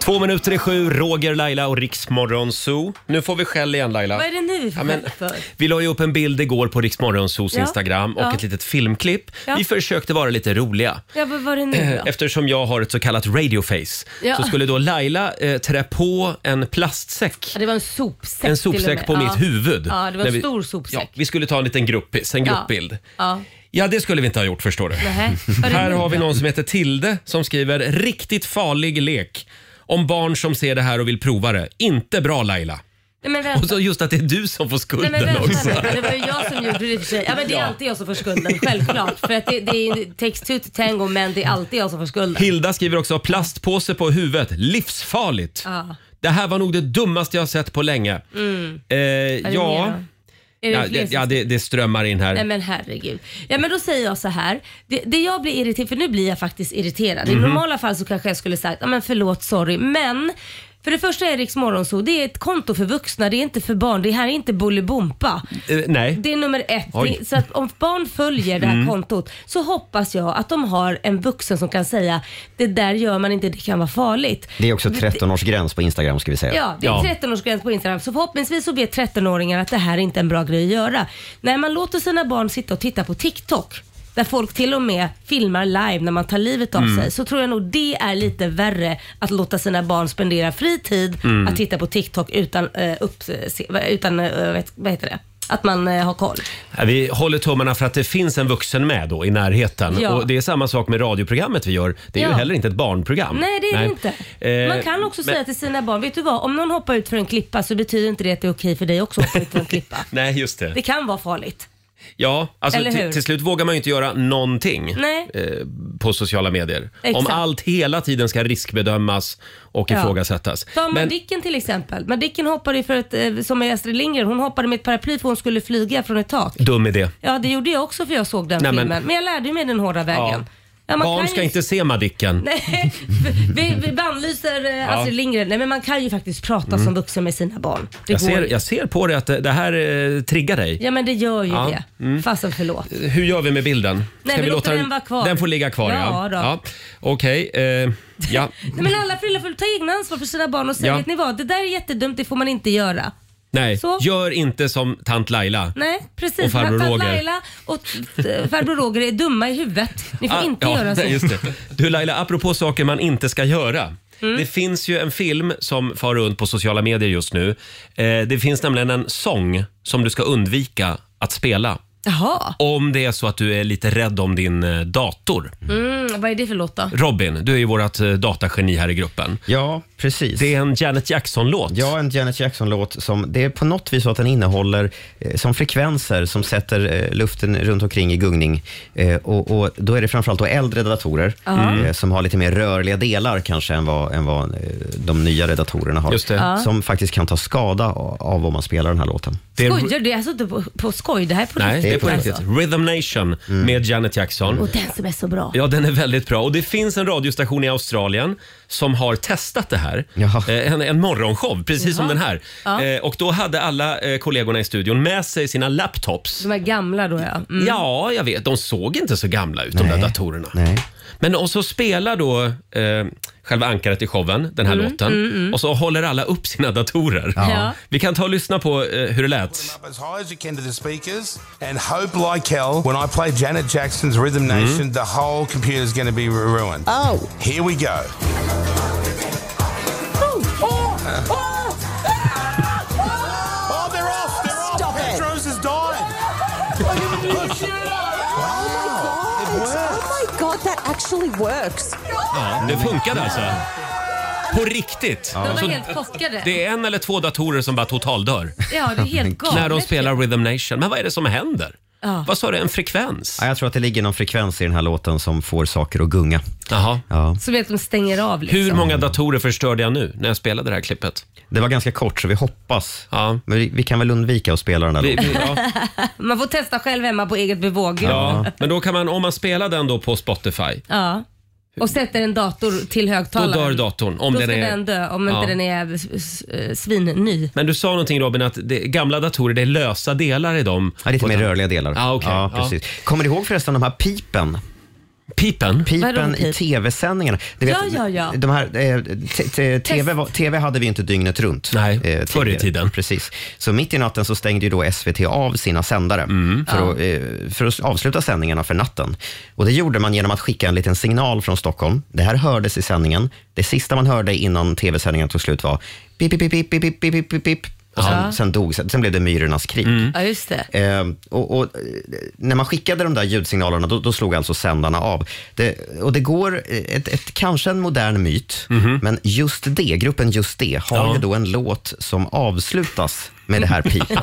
Speaker 1: Två minuter i sju, Roger, Laila och Riksmorgon Zoo. Nu får vi skäll igen Laila.
Speaker 3: Vad är det nu vi får
Speaker 1: Ja, men-
Speaker 3: skäll för?
Speaker 1: Vi la ju upp en bild igår på Riksmorgonsos
Speaker 3: Ja.
Speaker 1: Instagram och
Speaker 3: Ja.
Speaker 1: ett litet filmklipp.
Speaker 3: Ja. Mm.
Speaker 1: Vi försökte vara lite roliga.
Speaker 3: Ja, vad var det
Speaker 1: Eh,
Speaker 3: nu då?
Speaker 1: Eftersom jag har ett så kallat radioface
Speaker 3: Ja.
Speaker 1: så skulle då Laila eh, trä på en plastsäck.
Speaker 3: Ja, det var en sopsäck
Speaker 1: En
Speaker 3: till och
Speaker 1: sopsäck
Speaker 3: med.
Speaker 1: på
Speaker 3: ja.
Speaker 1: mitt huvud.
Speaker 3: Ja, det var
Speaker 1: När
Speaker 3: en
Speaker 1: vi-
Speaker 3: stor
Speaker 1: Ja,
Speaker 3: sopsäck.
Speaker 1: vi skulle ta en liten gruppis, en
Speaker 3: Ja.
Speaker 1: gruppbild. Ja.
Speaker 3: Ja.
Speaker 1: det skulle vi inte ha gjort förstår du.
Speaker 3: Nähä. Vad är det
Speaker 1: Här
Speaker 3: nu
Speaker 1: har vi
Speaker 3: då?
Speaker 1: någon som heter Tilde som skriver “Riktigt farlig lek. Om barn som ser det här och vill prova det. Inte bra Laila.”
Speaker 3: Nej, men
Speaker 1: Och
Speaker 3: vänta.
Speaker 1: så just att det är du som får
Speaker 3: Nej
Speaker 1: skulden
Speaker 3: men vänta
Speaker 1: också.
Speaker 3: nu, det var ju jag som gjorde det i och för sig. Ja men det är alltid jag som får skulden, självklart. För att det, det är ju text to tango men det är alltid jag som får skulden.
Speaker 1: Hilda skriver också plastpåse på huvudet, livsfarligt.
Speaker 3: Ja.
Speaker 1: Det här var nog det dummaste jag har sett på länge. Eh,
Speaker 3: Är det
Speaker 1: ja,
Speaker 3: mer då? Är det
Speaker 1: ja,
Speaker 3: fler
Speaker 1: det,
Speaker 3: som-
Speaker 1: ja det, det strömmar in här.
Speaker 3: Nej men herregud. Ja men då säger jag så här. Det, det jag blir irriterad, för nu blir jag faktiskt irriterad.
Speaker 5: Mhm.
Speaker 3: I normala fall så kanske jag skulle sagt, ja men förlåt, sorry. Men för det första är Riks Morgonzoo, det är ett konto för vuxna, det är inte för barn. Det här är inte Bolibompa.
Speaker 1: Eh, nej.
Speaker 3: Det är nummer ett.
Speaker 1: Oj.
Speaker 3: Det- Så att om barn följer det här
Speaker 5: Mm.
Speaker 3: kontot så hoppas jag att de har en vuxen som kan säga det där gör man inte, det kan vara farligt.
Speaker 5: Det är också 13-årsgräns på Instagram ska vi säga.
Speaker 3: Ja, det är
Speaker 1: Ja.
Speaker 3: 13-årsgräns på Instagram. Så förhoppningsvis så vet 13-åringar att det här är inte en bra grej att göra. När man låter sina barn sitta och titta på TikTok där folk till och med filmar live när man tar livet av
Speaker 11: Mm.
Speaker 3: sig, så tror jag nog det är lite värre att låta sina barn spendera fritid
Speaker 11: Mm.
Speaker 3: att titta på TikTok utan, eh, uppse, utan eh, vet- vad heter det? Att man eh, har koll.
Speaker 1: Ja, Vi håller tummarna för att det finns en vuxen med då i närheten.
Speaker 3: Ja.
Speaker 1: Och det är samma sak med radioprogrammet vi gör. Det är ju
Speaker 3: Ja.
Speaker 1: heller inte ett barnprogram.
Speaker 3: Nej, det är det inte.
Speaker 1: Eh,
Speaker 3: Man kan också
Speaker 1: men-
Speaker 3: säga till sina barn, vet du vad? Om någon hoppar ut för en klippa så betyder inte det att det är okej för dig också att hoppa ut för en klippa.
Speaker 1: Nej, just det.
Speaker 3: Det kan vara farligt.
Speaker 1: Ja, alltså
Speaker 3: Eller hur?
Speaker 1: till- till slut vågar man ju inte göra någonting
Speaker 3: Nej.
Speaker 1: eh, på sociala medier. Om
Speaker 3: Exakt.
Speaker 1: allt hela tiden ska riskbedömas och
Speaker 3: Ja.
Speaker 1: ifrågasättas.
Speaker 3: Ta
Speaker 1: Men-
Speaker 3: Madicken till exempel. Madicken hoppade ju för ett, eh, som är Astrid Lindgren, hon hoppade med ett paraply för hon skulle flyga från ett tak.
Speaker 1: Dum idé.
Speaker 3: Ja, det gjorde jag också för jag såg den
Speaker 1: Nej, men-
Speaker 3: filmen. Men... jag lärde mig den hårda vägen. Ja, man
Speaker 1: Barn
Speaker 3: kan
Speaker 1: ska
Speaker 3: ju-
Speaker 1: inte se Madicken.
Speaker 3: Nej, vi, vi bannlyser eh, Astrid Lindgren. Nej, men man kan ju faktiskt prata
Speaker 1: Mm.
Speaker 3: som vuxen med sina barn. Det
Speaker 1: Jag
Speaker 3: går
Speaker 1: ser,
Speaker 3: ju.
Speaker 1: jag ser på dig att det, det här eh, triggar dig.
Speaker 3: Ja, men det gör ju
Speaker 1: Ja,
Speaker 3: det.
Speaker 1: mm.
Speaker 3: Fasen förlåt.
Speaker 1: Hur gör vi med bilden?
Speaker 3: Nej, vi låter den vara kvar.
Speaker 1: Den får ligga kvar, ja.
Speaker 3: Ja, då.
Speaker 1: Okej, eh, ja.
Speaker 3: Nej, men alla föräldrar får ta egna ansvar för sina barn och säga,
Speaker 1: Ja.
Speaker 3: vet ni vad? Det där är jättedumt, det får man inte göra.
Speaker 1: Nej,
Speaker 3: Så.
Speaker 1: gör inte som tant Laila.
Speaker 3: Nej, precis.
Speaker 1: Och farbror
Speaker 3: För att
Speaker 1: Roger.
Speaker 3: Laila och eh, farbror Roger är dumma i huvudet. Ni får
Speaker 1: Ah,
Speaker 3: inte
Speaker 1: ja,
Speaker 3: göra så.
Speaker 1: nej, Just det. Du Laila, apropå saker man inte ska göra.
Speaker 3: Mm.
Speaker 1: Det finns ju en film som far runt på sociala medier just nu. Eh, det finns nämligen en sång som du ska undvika att spela.
Speaker 3: Jaha.
Speaker 1: Om det är så att du är lite rädd om din eh, dator.
Speaker 3: Mm, vad är det för låt då?
Speaker 1: Robin, du är ju vårt eh, datageni här i gruppen.
Speaker 5: Ja, precis. Det
Speaker 1: är en Janet Jackson-låt.
Speaker 5: Ja, en Janet Jackson-låt som, det är på något vis så att den innehåller eh, som frekvenser som sätter eh, luften runt omkring i gungning. Eh, och, och då är det framförallt då äldre datorer
Speaker 11: Ja.
Speaker 5: eh, som har lite mer rörliga delar kanske än vad, än vad eh, de nyare datorerna har.
Speaker 11: Just det. Ja.
Speaker 5: Som faktiskt kan ta skada a- av om man spelar den här låten.
Speaker 3: Skojar du? Det är alltså inte på, på skoj. Det här är på
Speaker 1: Nej,
Speaker 3: riktigt.
Speaker 1: det är på riktigt. Mm.
Speaker 3: Alltså.
Speaker 1: Rhythm Nation med Janet Jackson.
Speaker 3: Och den som är så bra.
Speaker 1: Ja, den är väldigt bra. Och det finns en radiostation i Australien som har testat det här. Eh, En, en morgonshow, precis som
Speaker 3: Jaha.
Speaker 1: den här.
Speaker 3: Ja.
Speaker 1: Eh, Och då hade alla eh, kollegorna i studion med sig sina laptops.
Speaker 3: De är gamla då ja. Mm.
Speaker 1: Ja, jag vet. De såg inte så gamla ut, de där datorerna. Men och så spelar då eh, själva ankaret i showen den här
Speaker 11: Mm,
Speaker 1: låten.
Speaker 11: mm, mm.
Speaker 1: Och så håller alla upp sina datorer.
Speaker 11: Ja.
Speaker 1: Vi kan ta och lyssna på eh, hur det lät.
Speaker 12: Up as high as you can to the speakers and hope like hell when I play Janet Jackson's Rhythm
Speaker 7: Hmm?
Speaker 12: Nation, the whole computer is going to be ru- ruined.
Speaker 7: Uh,
Speaker 12: Oh. Here we go.
Speaker 7: Oh, they're off! They're off! Stop Petros has died!
Speaker 11: Oh my god, that actually works.
Speaker 1: Ja, det funkade alltså. På riktigt.
Speaker 3: De var
Speaker 1: Så
Speaker 3: helt chockade.
Speaker 1: Alltså, det är en eller två datorer som bara totaldör.
Speaker 3: Ja, det är helt galet.
Speaker 1: När de spelar Rhythm Nation. Men vad är det som händer?
Speaker 3: Ja.
Speaker 1: Vad sa du, en frekvens?
Speaker 5: Ja, jag tror att det ligger någon frekvens i den här låten som får saker att gunga.
Speaker 1: Jaha.
Speaker 5: Ja.
Speaker 3: Så vet de stänger av liksom.
Speaker 1: Hur många datorer förstörde jag nu när jag spelade det här klippet?
Speaker 5: Det var ganska kort, så vi hoppas.
Speaker 1: Ja.
Speaker 5: Men vi, vi kan väl undvika att spela den där
Speaker 1: Vi-
Speaker 5: låten.
Speaker 1: vi- ja.
Speaker 3: Man får testa själv hemma på eget bevåg.
Speaker 1: Ja, men då kan man, om man spelar den då på Spotify,
Speaker 3: Ja. Och sätter en dator till
Speaker 1: då
Speaker 3: högtalaren.
Speaker 1: dör datorn. Om
Speaker 3: Då
Speaker 1: den
Speaker 3: ska
Speaker 1: är...
Speaker 3: den dö om inte
Speaker 1: Ja.
Speaker 3: den är s- s- eh, svinny.
Speaker 1: Men du sa någonting Robin, att det, gamla datorer, det är lösa delar i dem.
Speaker 5: Ja, lite mer rörliga delar.
Speaker 1: Ah, okay.
Speaker 5: Ja, precis. Kommer du ihåg förresten de här pipen?
Speaker 1: Pipen?
Speaker 5: Pipen
Speaker 3: Vadå,
Speaker 5: i
Speaker 3: pip?
Speaker 5: tv-sändningarna. Du vet,
Speaker 3: Ja, ja, ja.
Speaker 5: De här, eh, t- t- TV, var, TV hade vi inte dygnet runt. Nej, förr i tiden. Precis. Så mitt i natten så stängde ju då SVT av sina sändare för,
Speaker 11: Ja.
Speaker 5: att, eh, för att avsluta sändningarna för natten. Och Det gjorde man genom att skicka en liten signal från Stockholm. Det här hördes i sändningen. Det sista man hörde innan tv-sändningen tog slut var pip, pip, pip, pip, pip, pip, pip, pip, pip. Och sen,
Speaker 3: Ja.
Speaker 5: sen dog, sen blev det myrornas krig.
Speaker 3: Ja, just det.
Speaker 5: Eh, och, och, eh, när man skickade de där ljudsignalerna, då, då slog alltså sändarna av. Det, och det går, eh, ett, ett, kanske en modern myt, men just det, gruppen Just det, har
Speaker 1: Ja.
Speaker 5: ju då en låt som avslutas med det här pipet.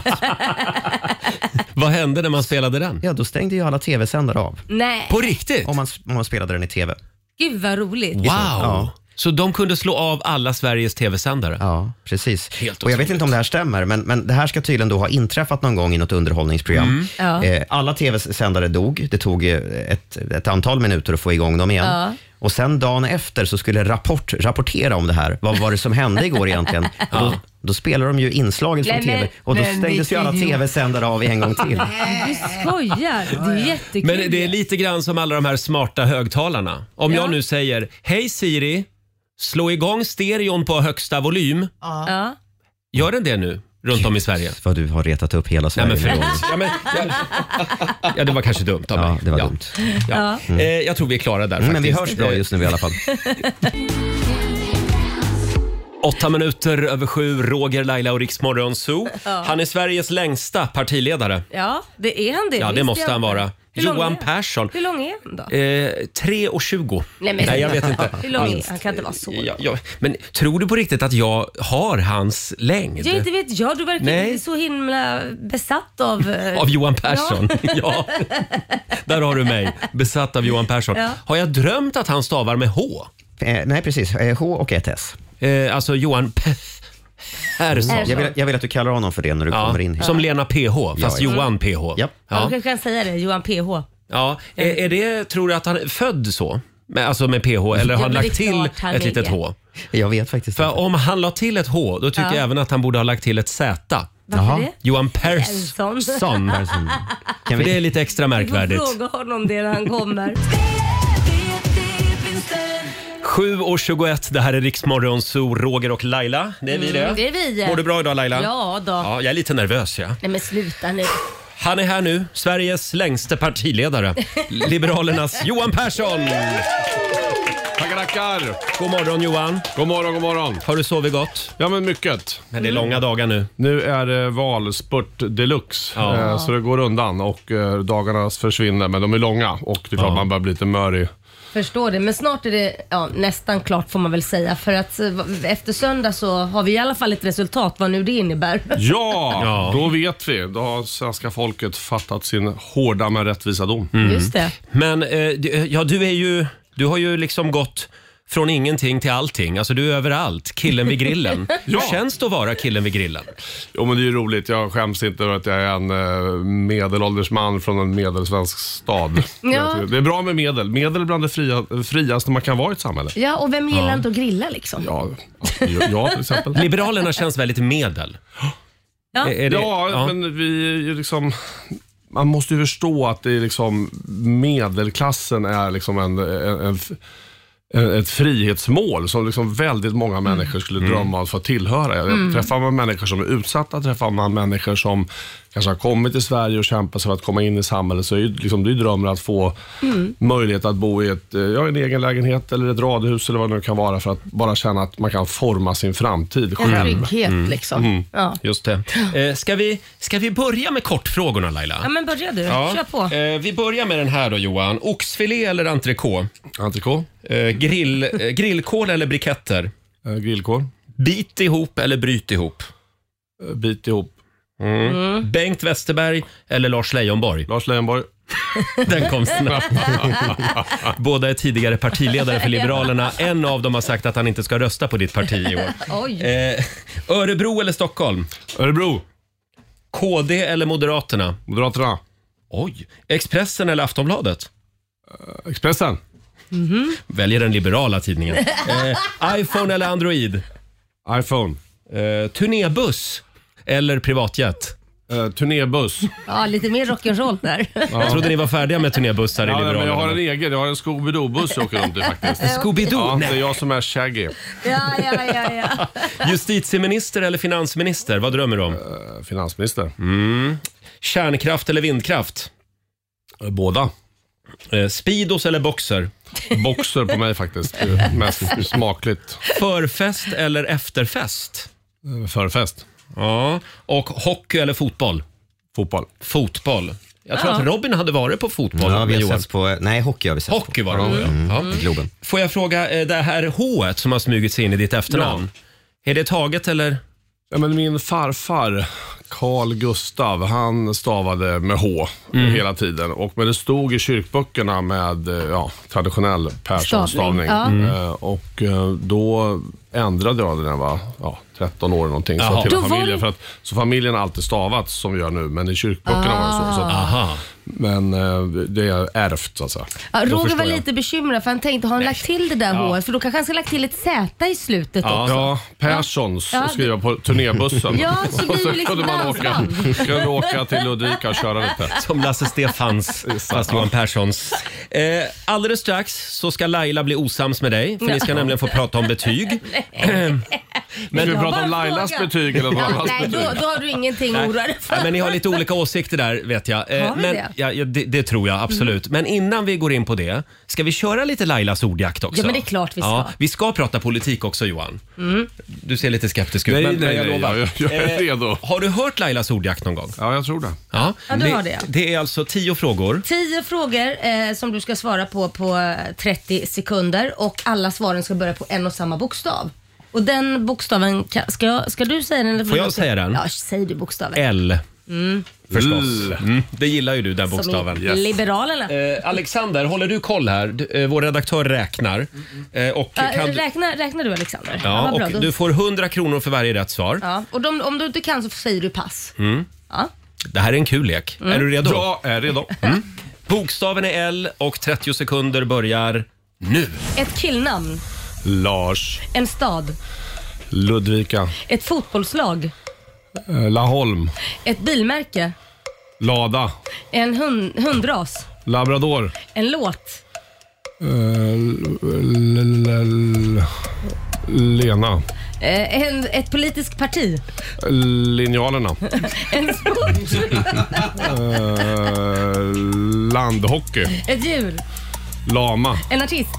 Speaker 1: Vad hände när man spelade den?
Speaker 5: Ja, då stängde ju alla tv-sändare av.
Speaker 3: Nej.
Speaker 1: riktigt?
Speaker 5: Om man, om man spelade den i tv.
Speaker 3: Gud vad roligt.
Speaker 1: Wow! Så de kunde slå av alla Sveriges tv-sändare?
Speaker 5: Ja, precis.
Speaker 1: Helt
Speaker 5: Och jag vet inte om det här stämmer, men, men det här ska tydligen då ha inträffat någon gång i något underhållningsprogram.
Speaker 11: Mm. Ja.
Speaker 5: Eh, alla tv-sändare dog. Det tog eh, ett, ett antal minuter att få igång dem igen.
Speaker 11: Ja.
Speaker 5: Och sen dagen efter så skulle Rapport rapportera om det här. Vad var det som hände igår egentligen? Och Då, då spelade de ju inslaget från
Speaker 3: Nej, men-
Speaker 5: tv och då
Speaker 3: men
Speaker 5: stängdes ju alla
Speaker 3: vilken idiot.
Speaker 5: tv-sändare av en gång till.
Speaker 3: Du skojar. Det är jättekul.
Speaker 1: Men det är lite grann som alla de här smarta högtalarna. Om jag nu säger “Hej Siri, slå igång stereon på högsta volym”.
Speaker 3: Ja.
Speaker 1: Gör den det nu? runt om i Sverige.
Speaker 5: Vad du har retat upp hela
Speaker 1: Nej,
Speaker 5: Sverige.
Speaker 1: men
Speaker 5: med
Speaker 1: förlåt.
Speaker 5: Roger.
Speaker 1: Ja, men, ja, ja, det var kanske dumt av mig. Ja, det var dumt. Ja.
Speaker 5: Mm.
Speaker 1: Eh, jag tror vi är klara där
Speaker 5: Mm, men vi
Speaker 1: faktiskt.
Speaker 5: hörs bra just nu i alla fall.
Speaker 1: Åtta minuter över sju, Roger, Laila och Riksmorgon Zoo.
Speaker 3: Ja.
Speaker 1: Han är Sveriges längsta partiledare.
Speaker 3: Ja, det är han det.
Speaker 1: Ja, det
Speaker 3: visste
Speaker 1: måste
Speaker 3: jag.
Speaker 1: han vara.
Speaker 3: Hur lång
Speaker 1: Johan
Speaker 3: är han?
Speaker 1: Persson.
Speaker 3: Hur lång är han då?
Speaker 1: Eh, 3 och 20.
Speaker 3: Nej, men-
Speaker 1: jag vet inte.
Speaker 3: Hur lång är
Speaker 1: Minst.
Speaker 3: han? Han kan inte vara så lång.
Speaker 1: Ja, ja. Men tror du på riktigt att jag har hans längd?
Speaker 3: Jag inte vet jag, du verkar
Speaker 1: Nej.
Speaker 3: inte så himla besatt av... eh,
Speaker 1: Av Johan Persson?
Speaker 3: Ja.
Speaker 1: Ja. där har du mig. Besatt av Johan Persson.
Speaker 3: Ja.
Speaker 1: Har jag drömt att han stavar med H?
Speaker 5: Eh, nej, precis. Eh, H och ett S.
Speaker 1: Eh, alltså Johan P- Persson.
Speaker 5: Jag vill, jag vill att du kallar honom för det när du
Speaker 1: Ja,
Speaker 5: kommer in
Speaker 1: Som Lena PH, fast
Speaker 5: Ja, ja.
Speaker 1: Johan PH. Ja.
Speaker 3: Ja. Du kanske kan säga det, Johan PH.
Speaker 1: Ja, är, är det, tror du att han är född så? Med, alltså med PH, eller har han
Speaker 3: men det är
Speaker 1: lagt till
Speaker 3: klart han
Speaker 1: ett litet
Speaker 3: är.
Speaker 1: H?
Speaker 5: Jag vet faktiskt
Speaker 1: För om han la till ett H, då tycker
Speaker 3: Ja.
Speaker 1: jag även att han borde ha lagt till ett Z.
Speaker 3: Varför Jaha. det?
Speaker 1: Johan Persson.
Speaker 3: Persson.
Speaker 1: Persson. För det är lite extra
Speaker 3: Du får
Speaker 1: märkvärdigt.
Speaker 3: fråga honom det när han kommer.
Speaker 1: 7.21, det här är Riksmorgon, så Roger och Laila. Det är vi det.
Speaker 3: Mm, det är vi.
Speaker 1: Mår du bra idag Laila?
Speaker 3: Ja då.
Speaker 1: ja jag är lite nervös ja.
Speaker 3: Nej men sluta nu.
Speaker 1: Han är här nu, Sveriges längste partiledare. Liberalernas Johan Persson!
Speaker 13: Tackar, tackar!
Speaker 1: God morgon Johan!
Speaker 13: God morgon, god morgon!
Speaker 1: Har du sovit gott?
Speaker 13: Ja, men mycket.
Speaker 1: Men det är långa dagar nu.
Speaker 13: Nu är det valspurt deluxe,
Speaker 1: Ja.
Speaker 13: eh, så det går undan och eh, dagarna försvinner, men de är långa och det är klart man börjar bli lite mörig.
Speaker 3: Förstår det, men snart är det ja, nästan klart får man väl säga. För att eh, efter söndag så har vi i alla fall ett resultat, vad nu det innebär.
Speaker 13: Ja, då vet vi. Då har svenska folket fattat sin hårda men rättvisa dom.
Speaker 3: Just det.
Speaker 1: Men eh, d- ja, du, är ju, du har ju liksom gått från ingenting till allting. Alltså du är överallt. Killen vid grillen.
Speaker 13: Ja.
Speaker 1: Hur känns det att vara killen vid grillen?
Speaker 13: Jo, men det är ju roligt. Jag skäms inte över att jag är en eh, medelålders man från en medelsvensk stad.
Speaker 3: Ja.
Speaker 13: Det är bra med medel. Medel är bland det fria, friaste man kan vara i ett samhälle.
Speaker 3: Ja, och vem gillar
Speaker 13: Ja.
Speaker 3: inte att grilla liksom?
Speaker 13: Ja, ja till exempel.
Speaker 1: Liberalerna känns väldigt medel.
Speaker 3: Ja.
Speaker 13: Ja, men vi är ju liksom... Man måste ju förstå att det är liksom, medelklassen är liksom en, en, en, en, ett frihetsmål som liksom väldigt många människor skulle drömma om att få tillhöra.
Speaker 14: Mm.
Speaker 13: Träffar man människor som är utsatta, träffar man människor som kanske har kommit till Sverige och kämpat för att komma in i samhället, så är ju liksom, det är ju drömmen att få
Speaker 14: Mm.
Speaker 13: möjlighet att bo i ett, eh, ja, en egen lägenhet eller ett radhus eller vad det nu kan vara för att bara känna att man kan forma sin framtid
Speaker 3: En
Speaker 13: själv.
Speaker 3: trygghet, liksom. Ja.
Speaker 1: Just det. Eh, ska, vi, ska vi börja med kortfrågorna Laila?
Speaker 3: Ja men börja du,
Speaker 1: Ja.
Speaker 3: kör på.
Speaker 1: Eh, vi börjar med den här då Johan. Oxfilé eller entrecote?
Speaker 13: Entrecote.
Speaker 1: Eh, grill, eh, grillkål eller briketter?
Speaker 13: Eh, grillkål. Eh,
Speaker 1: Bit ihop eller bryt ihop?
Speaker 13: bit ihop.
Speaker 1: Mm. Bengt Westerberg eller Lars Leijonborg?
Speaker 13: Lars Leijonborg.
Speaker 1: Den kom snabbt. Båda är tidigare partiledare för Liberalerna. En av dem har sagt att han inte ska rösta på ditt parti i år.
Speaker 3: Oj.
Speaker 1: Eh, Örebro eller Stockholm?
Speaker 13: Örebro.
Speaker 1: KD eller Moderaterna?
Speaker 13: Moderaterna.
Speaker 1: Oj. Expressen eller Aftonbladet?
Speaker 13: Eh,
Speaker 1: Mm-hmm.
Speaker 13: Expressen.
Speaker 1: Väljer den liberala tidningen. Eh, iPhone eller Android?
Speaker 13: iPhone.
Speaker 1: Eh, turnébuss eller privatjet?
Speaker 13: turnébuss.
Speaker 3: Ja, lite mer rock'n'roll där.
Speaker 1: Jag trodde ni var färdiga med turnébussar i
Speaker 13: Ja, nej, men
Speaker 1: Liberalerna.
Speaker 13: jag har en egen. Jag har en Scooby-Doo-buss jag åker runt i faktiskt.
Speaker 1: Scooby-Doo?
Speaker 13: Ja, det är
Speaker 1: Nej.
Speaker 13: jag som är Shaggy.
Speaker 3: Ja, ja, ja, ja.
Speaker 1: Justitieminister eller finansminister? Vad drömmer du om?
Speaker 13: Eh, finansminister.
Speaker 1: Mm. Kärnkraft eller vindkraft?
Speaker 13: Eh,
Speaker 1: Eh,
Speaker 13: Båda.
Speaker 1: Speedos eller boxer?
Speaker 13: Boxer på mig faktiskt. Mest smakligt. Eh,
Speaker 1: Förfest eller efterfest?
Speaker 13: Förfest.
Speaker 1: Ja. Och hockey eller fotboll?
Speaker 13: Fotboll.
Speaker 1: Fotboll. Jag tror
Speaker 5: Ja.
Speaker 1: att Robin hade varit på fotboll
Speaker 5: Ja, vi
Speaker 1: med
Speaker 5: har
Speaker 1: Johan.
Speaker 5: setts på... Nej, hockey har vi setts
Speaker 1: Hockey
Speaker 5: på.
Speaker 1: var det då, ja. Ja.
Speaker 5: I Globen.
Speaker 1: Får jag fråga, eh, det här H som har smugit sig in i ditt efternamn. Är det taget eller?
Speaker 13: Ja, men min farfar Carl Gustav, han stavade med H
Speaker 14: Mm.
Speaker 13: hela tiden. Och, men det stod i kyrkböckerna med eh, ja, traditionell Perssonstavning.
Speaker 14: Stavning, ja. Mm.
Speaker 13: Eh, Och eh, då ändrade jag det när jag var ja, 13 år eller någonting.
Speaker 14: Jaha.
Speaker 13: Så, till
Speaker 14: Då var
Speaker 13: familjen,
Speaker 14: det-
Speaker 13: för att, så familjen har alltid stavat som vi gör nu, men i kyrkböckerna var det så. så
Speaker 14: Ah.
Speaker 13: att, Men eh, det är ärvt så att säga.
Speaker 3: Ja,
Speaker 13: Då
Speaker 3: Roger
Speaker 13: förstår
Speaker 3: var
Speaker 13: jag.
Speaker 3: lite bekymrad för han tänkte, har han lagt till det där
Speaker 13: Ja.
Speaker 3: H? För då kanske han ska ha lagt till ett Z i slutet
Speaker 13: Ja,
Speaker 3: också.
Speaker 13: ja Perssons
Speaker 3: Ja, det-
Speaker 13: skriver jag på turnébussen.
Speaker 3: Ja, så blir det liksom
Speaker 13: kunde man åka,
Speaker 3: dansband.
Speaker 13: kunde åka till Ludvika och köra lite.
Speaker 1: Som Lasse Stefans fast Johan Perssons. Eh, alldeles strax så ska Laila bli osams med dig, för ni ska
Speaker 3: Ja.
Speaker 1: nämligen få prata om betyg.
Speaker 13: Men du
Speaker 3: Jag
Speaker 13: pratar om
Speaker 3: bara
Speaker 13: Lailas
Speaker 3: frågar.
Speaker 13: betyg eller vad
Speaker 3: Ja,
Speaker 13: Lailas
Speaker 3: Nej, då,
Speaker 13: betyg?
Speaker 3: då har du ingenting att
Speaker 1: Nej.
Speaker 3: oroa dig för.
Speaker 1: Ja, men ni har lite olika åsikter där vet jag. Eh,
Speaker 3: Har vi
Speaker 1: men,
Speaker 3: det? Mm.
Speaker 1: Ja, ja, det, det tror jag absolut. Men innan vi går in på det, ska vi köra lite Lailas ordjakt också?
Speaker 3: Ja, men det är klart vi ska.
Speaker 1: Ja, vi ska prata politik också Johan.
Speaker 3: Mm.
Speaker 1: Du ser lite skeptisk ut.
Speaker 13: Nej,
Speaker 1: men,
Speaker 13: nej,
Speaker 1: men jag
Speaker 13: nej,
Speaker 1: lovar.
Speaker 13: jag- jag är
Speaker 1: Eh, Har du hört Lailas ordjakt någon gång?
Speaker 13: Ja, jag tror det.
Speaker 1: Ja,
Speaker 3: Ja, du har det, ja.
Speaker 1: det är alltså tio frågor.
Speaker 3: Tio frågor eh, som du ska svara på på eh, 30 sekunder och alla svaren ska börja på en och samma bokstav. Och den bokstaven, ka- ska, jag, ska du säga den? eller
Speaker 1: Får jag säga den?
Speaker 3: Ja, säg du bokstaven.
Speaker 1: L.
Speaker 3: Mm.
Speaker 1: Förstås. Mm. Det gillar ju du, den
Speaker 3: Som i
Speaker 1: bokstaven.
Speaker 3: Liberalerna.
Speaker 1: Eh, Alexander, håller du koll här? Du, eh, vår redaktör räknar. Eh, och
Speaker 3: Mm, Ja,
Speaker 1: kan du...
Speaker 3: räknar, räknar du Alexander?
Speaker 1: Ja,
Speaker 3: vad bra.
Speaker 1: och
Speaker 3: Då-
Speaker 1: du får 100 kronor för varje rätt svar.
Speaker 3: ja. och de, om du inte kan så säger du pass.
Speaker 1: Mm.
Speaker 3: Ja.
Speaker 1: Det här är en kul lek.
Speaker 3: Mm.
Speaker 1: Är du redo?
Speaker 3: Jag
Speaker 1: är redo. Mm. Bokstaven är L och 30 sekunder börjar nu.
Speaker 3: Ett killnamn,
Speaker 13: Lars.
Speaker 3: en stad,
Speaker 13: Ludvika.
Speaker 3: ett fotbollslag,
Speaker 13: Eh, Laholm.
Speaker 3: ett bilmärke,
Speaker 13: Lada.
Speaker 3: en hund, hundras,
Speaker 13: Labrador.
Speaker 3: en låt,
Speaker 13: Eh, l- l- l- Lena.
Speaker 3: eh, en, ett politiskt parti,
Speaker 13: Linjalerna.
Speaker 3: en sport,
Speaker 13: Eh, Landhockey.
Speaker 3: ett djur,
Speaker 13: Lama.
Speaker 3: en artist.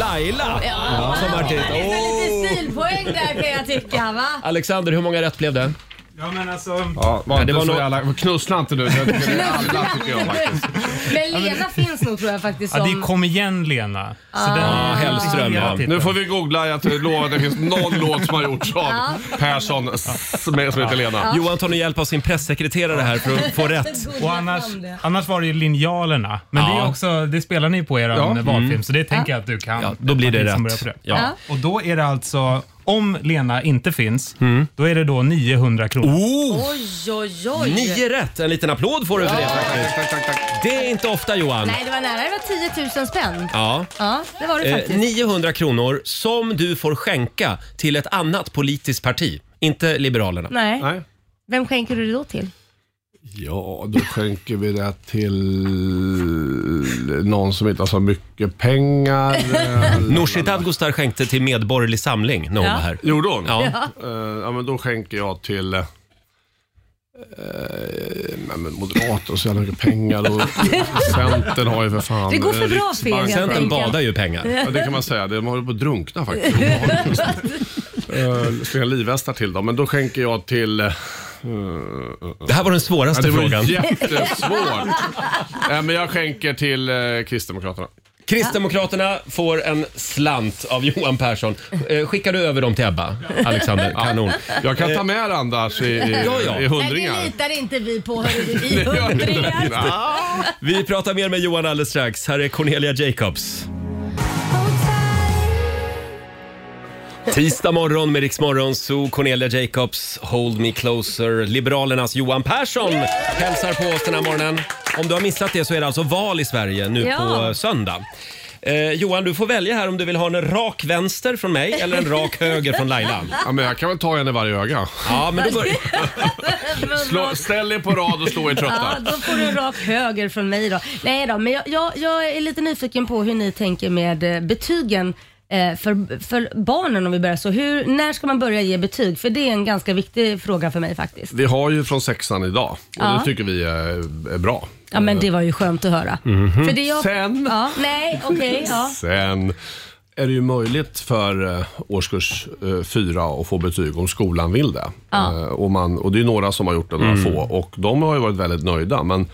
Speaker 1: Laila!
Speaker 3: Ja.
Speaker 1: Som artist.
Speaker 3: Det är väl
Speaker 1: Oh.
Speaker 3: lite stilpoäng där kan jag tycka va?
Speaker 1: Alexander, hur många rätt blev det?
Speaker 13: Ja, men alltså... Ja, var
Speaker 1: Nej,
Speaker 13: inte
Speaker 1: det var
Speaker 13: så
Speaker 1: nog-
Speaker 13: jävla... Knussla inte nu. Jag tycker det är alla, tycker
Speaker 1: Oh
Speaker 13: jag faktiskt.
Speaker 3: Men Lena finns nog tror jag faktiskt
Speaker 14: Ja,
Speaker 3: som...
Speaker 14: det är Kom igen Lena. Så
Speaker 3: Ah.
Speaker 14: den-
Speaker 13: Ja,
Speaker 1: Hellström, ja.
Speaker 13: Nu får vi googla. Jag lovar att det finns noll låt som har gjorts av
Speaker 3: Ja.
Speaker 13: Persson s- med- som heter Lena.
Speaker 1: Ja. Johan tar nu hjälp av sin pressekreterare här för att få rätt.
Speaker 14: Och annars, annars var det ju linjalerna. Men det,
Speaker 1: Ja.
Speaker 14: är också, det spelar ni på er
Speaker 1: Ja.
Speaker 14: valfilm,
Speaker 1: Mm.
Speaker 14: så det tänker jag att du kan.
Speaker 1: Ja, då blir det
Speaker 14: att ni som
Speaker 1: rätt.
Speaker 14: börjar på det.
Speaker 1: Ja.
Speaker 14: Och då är det alltså, om Lena inte finns,
Speaker 1: Mm.
Speaker 14: då är det då 900 kronor.
Speaker 3: Oj, oj, oj.
Speaker 1: Nio Oh, rätt! En liten applåd får du för det faktiskt. Det är inte ofta Johan.
Speaker 3: Nej, det var nära. Det var 10 000 spänn.
Speaker 1: Ja.
Speaker 3: Ja, det var det
Speaker 1: Eh,
Speaker 3: faktiskt.
Speaker 1: 900 kronor som du får skänka till ett annat politiskt parti. Inte Liberalerna.
Speaker 3: Nej. Vem skänker du det då till?
Speaker 13: Ja, då skänker vi det till någon som inte har så mycket pengar.
Speaker 3: Mm.
Speaker 1: Nooshi Dadgostar skänkte till Medborgerlig Samling när hon
Speaker 13: Ja.
Speaker 1: var här.
Speaker 13: Gjorde hon?
Speaker 1: Ja.
Speaker 13: Eh, ja, men då skänker jag till eh, men men Moderaterna har så jävla mycket pengar och Centern har ju för fan
Speaker 3: Det går för
Speaker 13: eh,
Speaker 3: bra för er, helt
Speaker 13: Riksbanken.
Speaker 1: Centern badar ju pengar.
Speaker 13: Ja, det kan man säga. De håller på att drunkna faktiskt. Eh, Ska jag livvästar till dem? Men då skänker jag till...
Speaker 1: Det här var den svåraste
Speaker 13: ja, det
Speaker 1: frågan.
Speaker 13: Det var jättesvårt. Nej, men jag skänker till eh, Kristdemokraterna.
Speaker 1: Kristdemokraterna får en slant av Johan Persson. Eh, Skickar du över dem till Ebba, Alexander?
Speaker 13: Ja.
Speaker 1: Kanon.
Speaker 13: Jag kan ta
Speaker 1: med
Speaker 13: er Anders i,
Speaker 3: Eh.
Speaker 1: ja, ja.
Speaker 3: Nej, det litar inte vi på. hörru, I
Speaker 1: Det gör inte
Speaker 3: hundringar.
Speaker 1: vi. Vi pratar mer med Johan alldeles strax. Här är Cornelia Jacobs. Tisdag morgon med Rix Morgon, så Cornelia Jacobs, Hold Me Closer. Liberalernas Johan Persson hälsar på oss den här morgonen. Om du har missat det så är det alltså val i Sverige nu
Speaker 3: Ja.
Speaker 1: på söndag. Eh, Johan, du får välja här om du vill ha en rak vänster från mig eller en rak höger från Laila.
Speaker 13: Ja, men jag kan väl ta en i varje öga.
Speaker 1: Ja, men då börjar...
Speaker 3: Men
Speaker 13: Slå,
Speaker 3: vad-
Speaker 13: ställ er på rad och slå er
Speaker 3: Ja,
Speaker 13: trötta.
Speaker 3: då får du en rak höger från mig då. Nej då, men jag, jag, jag är lite nyfiken på hur ni tänker med eh, betygen eh, för, för barnen om vi börjar så. Hur, när ska man börja ge betyg? För det är en ganska viktig fråga för mig faktiskt.
Speaker 13: Vi har ju från sexan idag och
Speaker 3: Ja.
Speaker 13: det tycker vi är, är bra.
Speaker 3: Ja men det var ju skönt att höra.
Speaker 13: Mhm.
Speaker 3: För det jag, Sen? Ja, nej, okej. ja.
Speaker 13: Sen är det ju möjligt för eh, årskurs eh, fyra att få betyg om skolan vill det.
Speaker 3: Ja.
Speaker 13: Eh, Och, man, och det är några som har gjort det, några få. Och de har ju varit väldigt nöjda. Men det,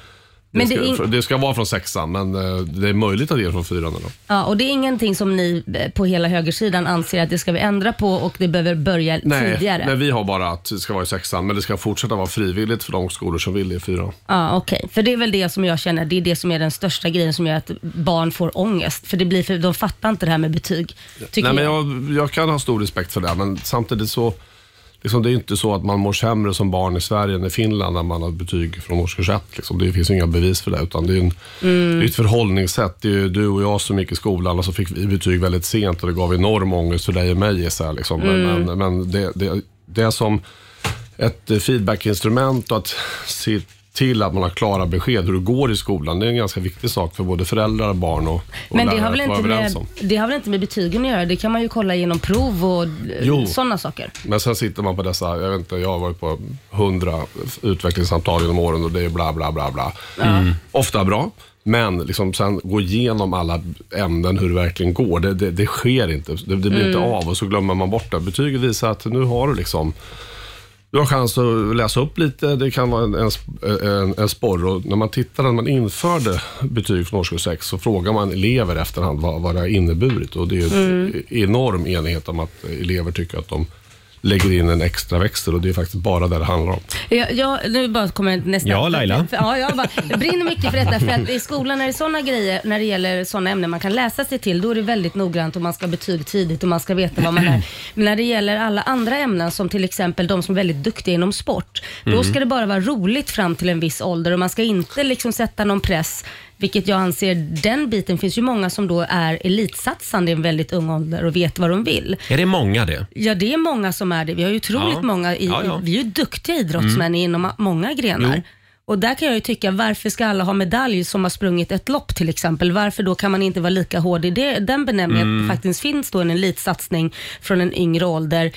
Speaker 3: Men Mm. det
Speaker 13: ska,
Speaker 3: är in-
Speaker 13: för- det ska vara från sexan, men eh, det är möjligt att ge från fyran. Ändå.
Speaker 3: Ja, och det är ingenting som ni eh, på hela högersidan anser att det ska vi ändra på och det behöver börja
Speaker 13: Nej,
Speaker 3: tidigare?
Speaker 13: men vi har bara att det ska vara i sexan, men det ska fortsätta vara frivilligt för de skolor som vill det i fyran.
Speaker 3: Ja, okej. För det är väl det som jag känner, det är det som är den största grejen som gör att barn får ångest. För det blir för, de fattar inte det här med betyg. Tycker
Speaker 13: Nej, men
Speaker 3: jag.
Speaker 13: jag, jag kan ha stor respekt för det, men samtidigt så Liksom, det är ju inte så att man mår sämre som barn i Sverige än i Finland när man har betyg från årskurs ett. Liksom. Det finns ju inga bevis för det, utan det är, ju en,
Speaker 15: Mm.
Speaker 13: det är ett förhållningssätt. Det är ju du och jag som gick i skolan och så fick vi betyg väldigt sent och det gav enorm ångest för dig och mig. Så här, liksom. Men,
Speaker 15: Mm.
Speaker 13: men, men det, det, det är som ett eh, feedbackinstrument och att se till att man har klara besked hur det går i skolan. Det är en ganska viktig sak för både föräldrar, barn och, och
Speaker 3: Men det
Speaker 13: lärare
Speaker 3: har, väl
Speaker 13: att vara
Speaker 3: inte
Speaker 13: överens
Speaker 3: med,
Speaker 13: om.
Speaker 3: det har väl inte med betygen att göra? Det kan man ju kolla genom prov och
Speaker 13: Jo.
Speaker 3: sådana saker.
Speaker 13: Men sen sitter man på dessa, jag vet inte, jag har varit på hundra utvecklingssamtal genom åren och det är bla bla bla bla.
Speaker 3: Mm.
Speaker 13: Ofta bra, men liksom sen gå igenom alla ämnen hur det verkligen går. Det, det, det sker inte, det, det blir
Speaker 15: Mm.
Speaker 13: inte av och så glömmer man bort det. Betyget visar att nu har du liksom du har chans att läsa upp lite, det kan vara en, en, en, en sporr. Och när man tittar när man införde betyg från årskurs 6 så frågar man elever efterhand vad, vad det har inneburit. Och det är ju
Speaker 15: Mm.
Speaker 13: en enorm enighet om att elever tycker att de lägger in en extra växel och det är faktiskt bara det det handlar om.
Speaker 3: Jag, jag, nu bara kommer jag nästan.
Speaker 13: Ja, Laila.
Speaker 3: Ja, jag bara, jag brinner mycket för detta. För att i skolan är det sådana grejer, när det gäller sådana ämnen man kan läsa sig till, då är det väldigt noggrant och man ska ha betyg tidigt och man ska veta vad man är. Men när det gäller alla andra ämnen, som till exempel de som är väldigt duktiga inom sport, då
Speaker 16: Mm.
Speaker 3: ska det bara vara roligt fram till en viss ålder och man ska inte liksom sätta någon press. Vilket jag anser, den biten finns ju många som då är elitsatsande i en väldigt ung ålder och vet vad de vill.
Speaker 1: Är det många det?
Speaker 3: Ja, det är många som är det. Vi har ju otroligt
Speaker 1: Ja.
Speaker 3: många. I,
Speaker 1: Ja, ja.
Speaker 3: Vi är ju duktiga idrottsmän
Speaker 1: Mm.
Speaker 3: inom ma- många grenar.
Speaker 1: Jo.
Speaker 3: Och där kan jag ju tycka, varför ska alla ha medalj som har sprungit ett lopp till exempel? Varför då kan man inte vara lika hård i det? den benämningen?
Speaker 16: Mm.
Speaker 3: att det faktiskt finns då en elitsatsning från en yngre ålder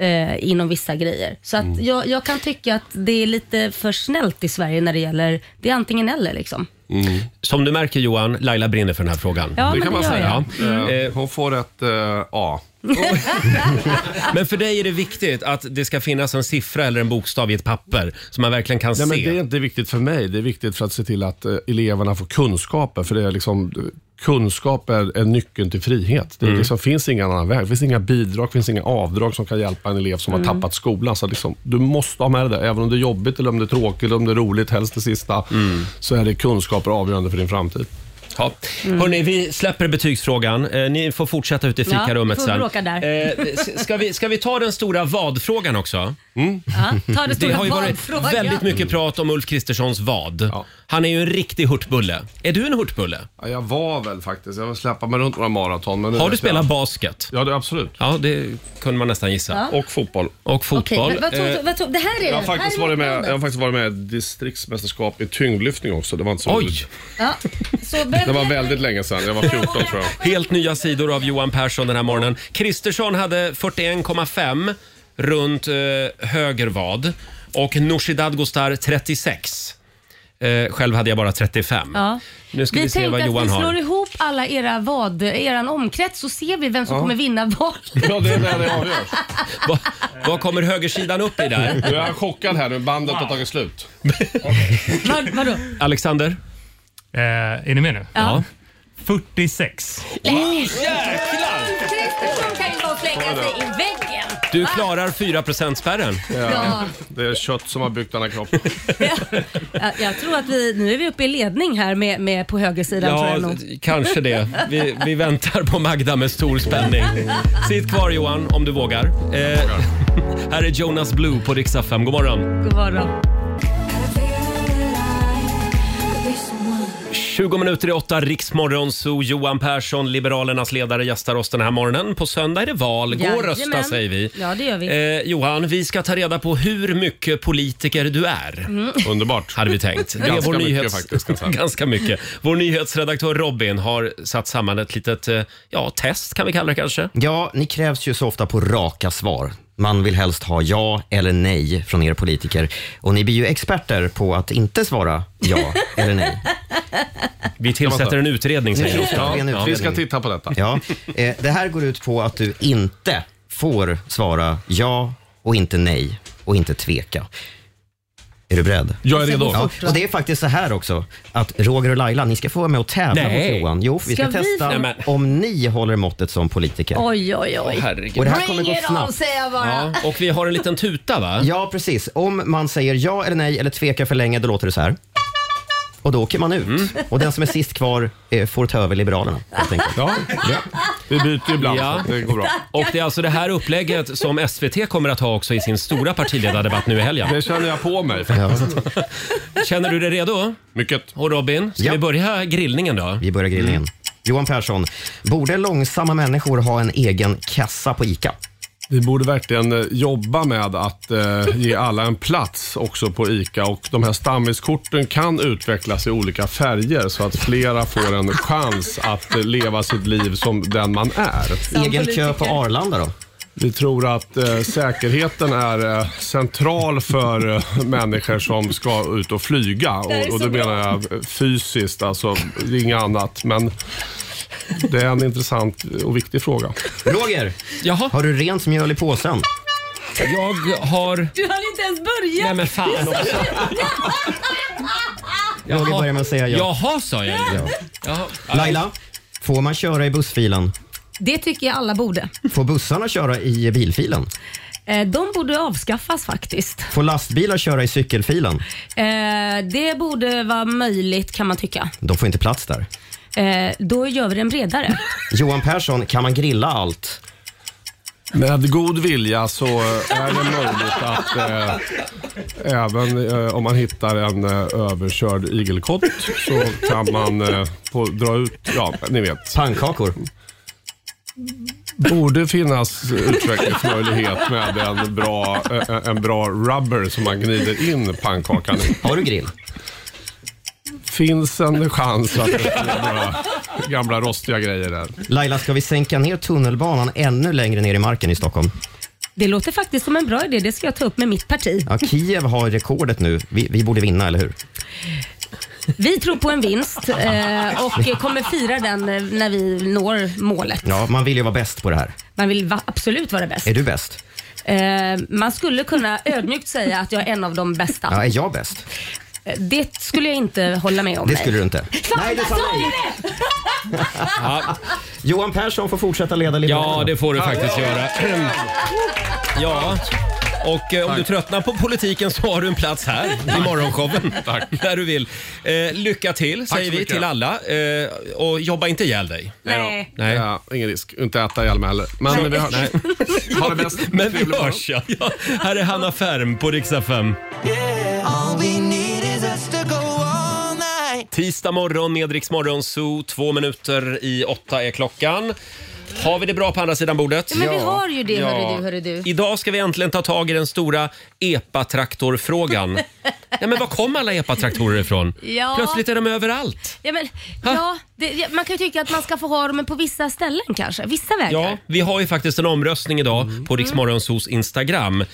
Speaker 3: eh, inom vissa grejer. Så att
Speaker 1: Mm.
Speaker 3: jag, jag kan tycka att det är lite för snällt i Sverige när det gäller, det är antingen eller liksom.
Speaker 1: Som du märker Johan, Laila brinner för den här frågan.
Speaker 3: Ja, Det men kan det man gör Mm. säga.
Speaker 13: Eh, Hon får ett eh, A.
Speaker 1: men för dig är det viktigt att det ska finnas en siffra eller en bokstav i ett papper som man verkligen kan
Speaker 13: Nej,
Speaker 1: se.
Speaker 13: men det är inte viktigt för mig. Det är viktigt för att se till att eh, eleverna får kunskaper. För det är liksom, kunskap är, är nyckeln till frihet. Det är
Speaker 1: Mm.
Speaker 13: liksom, finns ingen annan väg. Det finns inga bidrag, det finns inga avdrag som kan hjälpa en elev som har
Speaker 1: Mm.
Speaker 13: tappat skolan. Så liksom, du måste ha med det där. Även om det är jobbigt, eller om det är tråkigt, eller om det är roligt, helst det sista,
Speaker 1: Mm.
Speaker 13: så är det kunskaper avgörande för din framtid.
Speaker 1: Ja. Hörrni, vi släpper betygsfrågan. Eh, ni får fortsätta ute i
Speaker 3: Mm. Ja,
Speaker 1: fikarummet
Speaker 3: får
Speaker 1: sen.
Speaker 3: bråka där.
Speaker 1: Eh, s- ska, vi, ska vi ta den stora vadfrågan också?
Speaker 3: Ja, ta det stora
Speaker 1: har ju varit
Speaker 3: vadfrågan. Mm.
Speaker 1: väldigt mycket prat om Ulf Kristerssons vad. Han är ju en riktig hurtbulle. Är du en hurtbulle?
Speaker 13: Ja, jag var väl faktiskt. Jag släppte mig runt några maraton. Men nu
Speaker 1: Har du
Speaker 13: vet
Speaker 1: spelat
Speaker 13: jag-
Speaker 1: basket?
Speaker 13: Ja, det, absolut.
Speaker 1: Ja, det kunde man nästan gissa.
Speaker 3: Ja.
Speaker 13: Och fotboll.
Speaker 1: Och fotboll.
Speaker 3: Okej, vad tog,
Speaker 13: Eh,
Speaker 3: vad tog, det här är
Speaker 13: Jag har,
Speaker 3: det.
Speaker 13: faktiskt
Speaker 3: Här är
Speaker 13: varit med,
Speaker 3: motståndet.
Speaker 13: jag har faktiskt varit med i distriktsmästerskap i tyngdlyftning också. Det var inte så roligt.
Speaker 3: Ja. Så vem-
Speaker 13: Det var väldigt länge sedan. Jag var 14 tror jag.
Speaker 1: Helt nya sidor av Johan Persson den här morgonen. Kristersson hade 41,5 runt eh, höger vad och Nooshi Dadgostar 36. Eh, själv hade jag bara 35.
Speaker 3: Ja.
Speaker 1: Nu ska vi, se
Speaker 3: tänkte
Speaker 1: vad
Speaker 3: att
Speaker 1: Johan
Speaker 3: vi slår
Speaker 1: har.
Speaker 3: ihop alla era vad, eran omkrets så ser vi vem som
Speaker 1: Ja.
Speaker 3: kommer vinna vad.
Speaker 13: Ja, det är där det avgörs.
Speaker 1: Vad kommer högersidan upp i där?
Speaker 13: Nu är jag chockad här nu. Bandet har tagit slut.
Speaker 3: Vad, vadå?
Speaker 1: Alexander?
Speaker 14: är ni med nu?
Speaker 3: Ja.
Speaker 14: 46.
Speaker 3: Oh, jäklar! Kristersson kan ju bara flänga sig i väggen.
Speaker 1: Du klarar 4%-spärren.
Speaker 3: Ja.
Speaker 13: Det är kött som har byggt den här kroppen.
Speaker 3: Ja, Jag tror att vi, nu är vi uppe i ledning här med, med på högersidan tror
Speaker 1: Ja,
Speaker 3: jag nog.
Speaker 1: kanske det. Vi, vi väntar på Magda med stor spänning. Sitt kvar Johan, om du vågar. Eh, här är Jonas Blue på riksdag 5. God morgon.
Speaker 3: God morgon.
Speaker 1: 20 minuter i åtta, Riksmorgon, så Johan Persson, Liberalernas ledare, gästar oss den här morgonen. På söndag är det val. Gå och rösta
Speaker 3: Jajamän.
Speaker 1: säger vi.
Speaker 3: Ja, det gör vi.
Speaker 1: Eh, Johan, vi ska ta reda på hur mycket politiker du är.
Speaker 3: Mm.
Speaker 13: Underbart.
Speaker 1: Hade vi tänkt. Det är
Speaker 13: Ganska
Speaker 1: vår
Speaker 13: mycket
Speaker 1: nyhets...
Speaker 13: faktiskt, kan jag säga.
Speaker 1: Ganska mycket. Vår nyhetsredaktör Robin har satt samman ett litet eh, ja, test kan vi kalla det kanske.
Speaker 5: Ja, ni krävs ju så ofta på raka svar. Man vill helst ha ja eller nej från er politiker. Och ni blir ju experter på att inte svara ja eller nej.
Speaker 1: Vi tillsätter en utredning säger
Speaker 5: Nu
Speaker 1: jag.
Speaker 5: tillsätter vi en
Speaker 1: Ja,
Speaker 5: utredning.
Speaker 1: vi ska titta
Speaker 13: på detta.
Speaker 5: Ja. Eh, Det här går ut på att du inte får svara ja och inte nej och inte tveka. Är du beredd?
Speaker 13: Jag är redo.
Speaker 5: Ja, och det är faktiskt så här också, att Roger och Laila, ni ska få vara med och tävla
Speaker 1: Nej.
Speaker 5: mot Johan. Jo, vi ska,
Speaker 3: Ska vi
Speaker 5: testa
Speaker 3: få- Nej, men-
Speaker 5: om ni håller måttet som politiker.
Speaker 3: Oj, oj, oj.
Speaker 5: Åh, herregud. Och det här kommer
Speaker 3: Bring
Speaker 5: gå
Speaker 3: it on
Speaker 5: snabbt.
Speaker 3: säger jag bara.
Speaker 1: och vi har en liten tuta va?
Speaker 5: Ja, precis. Om man säger ja eller nej eller tvekar för länge, då låter det så här. Och då åker man ut. Och den som är sist kvar eh, får ta över Liberalerna. Helt enkelt.
Speaker 13: Ja. Vi byter ibland
Speaker 1: Ja.
Speaker 13: så det går bra.
Speaker 1: Och det är alltså det här upplägget som SVT kommer att ha också i sin stora partiledardebatt nu i helgen.
Speaker 13: Det känner jag på mig faktiskt.
Speaker 1: Känner du dig redo?
Speaker 13: Mycket.
Speaker 1: Och Robin, ska vi börja grillningen då?
Speaker 5: Vi börjar grillningen. Johan Persson, borde långsamma människor ha en egen kassa på ICA?
Speaker 13: Vi borde verkligen eh, jobba med att eh, ge alla en plats också på ICA och de här stammiskorten kan utvecklas i olika färger så att flera får en chans att eh, leva sitt liv som den man är.
Speaker 5: Egen politiker. kö på Arlanda då?
Speaker 13: Vi tror att eh, säkerheten är eh, central för eh, människor som ska ut och flyga.
Speaker 7: Det här är
Speaker 13: Och, och
Speaker 7: så
Speaker 13: då
Speaker 7: bra.
Speaker 13: menar jag eh, fysiskt, alltså det är inget annat. Men det är en intressant och viktig fråga.
Speaker 5: Roger, har du rent mjöl i påsen?
Speaker 1: Jag har...
Speaker 3: Du har inte ens börjat!
Speaker 1: Nej men fan också.
Speaker 5: Roger börjar med att säga ja.
Speaker 1: Jaha, sa jag ju. Jaha.
Speaker 5: Laila, får man köra i bussfilen?
Speaker 3: Det tycker jag alla borde.
Speaker 5: Får bussarna köra i bilfilen?
Speaker 3: Eh, De borde avskaffas faktiskt.
Speaker 5: Får lastbilar köra i cykelfilen?
Speaker 3: Eh, Det borde vara möjligt kan man tycka.
Speaker 5: De får inte plats där.
Speaker 3: Eh, Då gör vi den bredare.
Speaker 5: Johan Persson, kan man grilla allt?
Speaker 13: Med god vilja så eh, är det möjligt att eh, även eh, om man hittar en eh, överkörd igelkott så kan man eh, på, dra ut, ja ni vet.
Speaker 5: Pannkakor?
Speaker 13: Borde finnas utvecklingsmöjlighet med en alltså bra, eh, en bra rubber som man gnider in pannkakan i.
Speaker 5: Har du grill?
Speaker 13: Finns en chans att det är några gamla rostiga grejer där.
Speaker 5: Laila, ska vi sänka ner tunnelbanan ännu längre ner i marken i Stockholm?
Speaker 3: Det låter faktiskt som en bra idé. Det ska jag ta upp med mitt parti.
Speaker 5: Ja, Kiev har rekordet nu. Vi, vi borde vinna, eller hur?
Speaker 3: Vi tror på en vinst eh, och kommer fira den eh, när vi når målet.
Speaker 5: Ja, man vill ju vara bäst på det här.
Speaker 3: Man vill va- absolut vara bäst.
Speaker 5: Är du bäst?
Speaker 3: Eh, Man skulle kunna ödmjukt säga att jag är en av de
Speaker 5: Ja,
Speaker 3: bästa.
Speaker 5: är jag bäst?
Speaker 3: Eh, Det skulle jag inte hålla med om.
Speaker 5: Det
Speaker 3: nej.
Speaker 5: skulle du inte.
Speaker 3: Fan, nej, du sa nej!
Speaker 5: Johan Persson får fortsätta leda Liberalerna.
Speaker 1: Ja, det får du faktiskt göra. Ja. Och eh, om du tröttnar på politiken så har du en plats här i morgonshowen. Tack. Där du vill. Eh, lycka till
Speaker 13: Tack
Speaker 1: säger
Speaker 13: så
Speaker 1: vi
Speaker 13: mycket.
Speaker 1: till alla. Eh, och jobba inte ihjäl dig.
Speaker 13: Nej.
Speaker 1: Nej.
Speaker 13: Ja, ingen risk. Inte äta ihjäl mig heller. Men vi har...
Speaker 1: Nej.
Speaker 13: Ha det bäst.
Speaker 1: Men vi hörs ja. ja. Här är Hanna Färm på riksdag 5.
Speaker 7: All we need is us to go all night.
Speaker 1: Tisdag morgon med Rix Morgon Zoo. Två minuter i åtta är klockan. Har vi det bra på andra sidan bordet?
Speaker 3: Ja, men vi har ju det, hörru du, hörru du.
Speaker 1: Idag ska vi äntligen ta tag i den stora epatraktorfrågan. Nej, men var kom alla epatraktorer ifrån?
Speaker 3: Ja.
Speaker 1: Plötsligt är de överallt.
Speaker 3: Ja, men, ja, det, ja, man kan ju tycka att man ska få ha dem men på vissa ställen kanske. Vissa vägar.
Speaker 1: Ja, vi har ju faktiskt en omröstning idag på Rix Morgonzoos Instagram. Eh,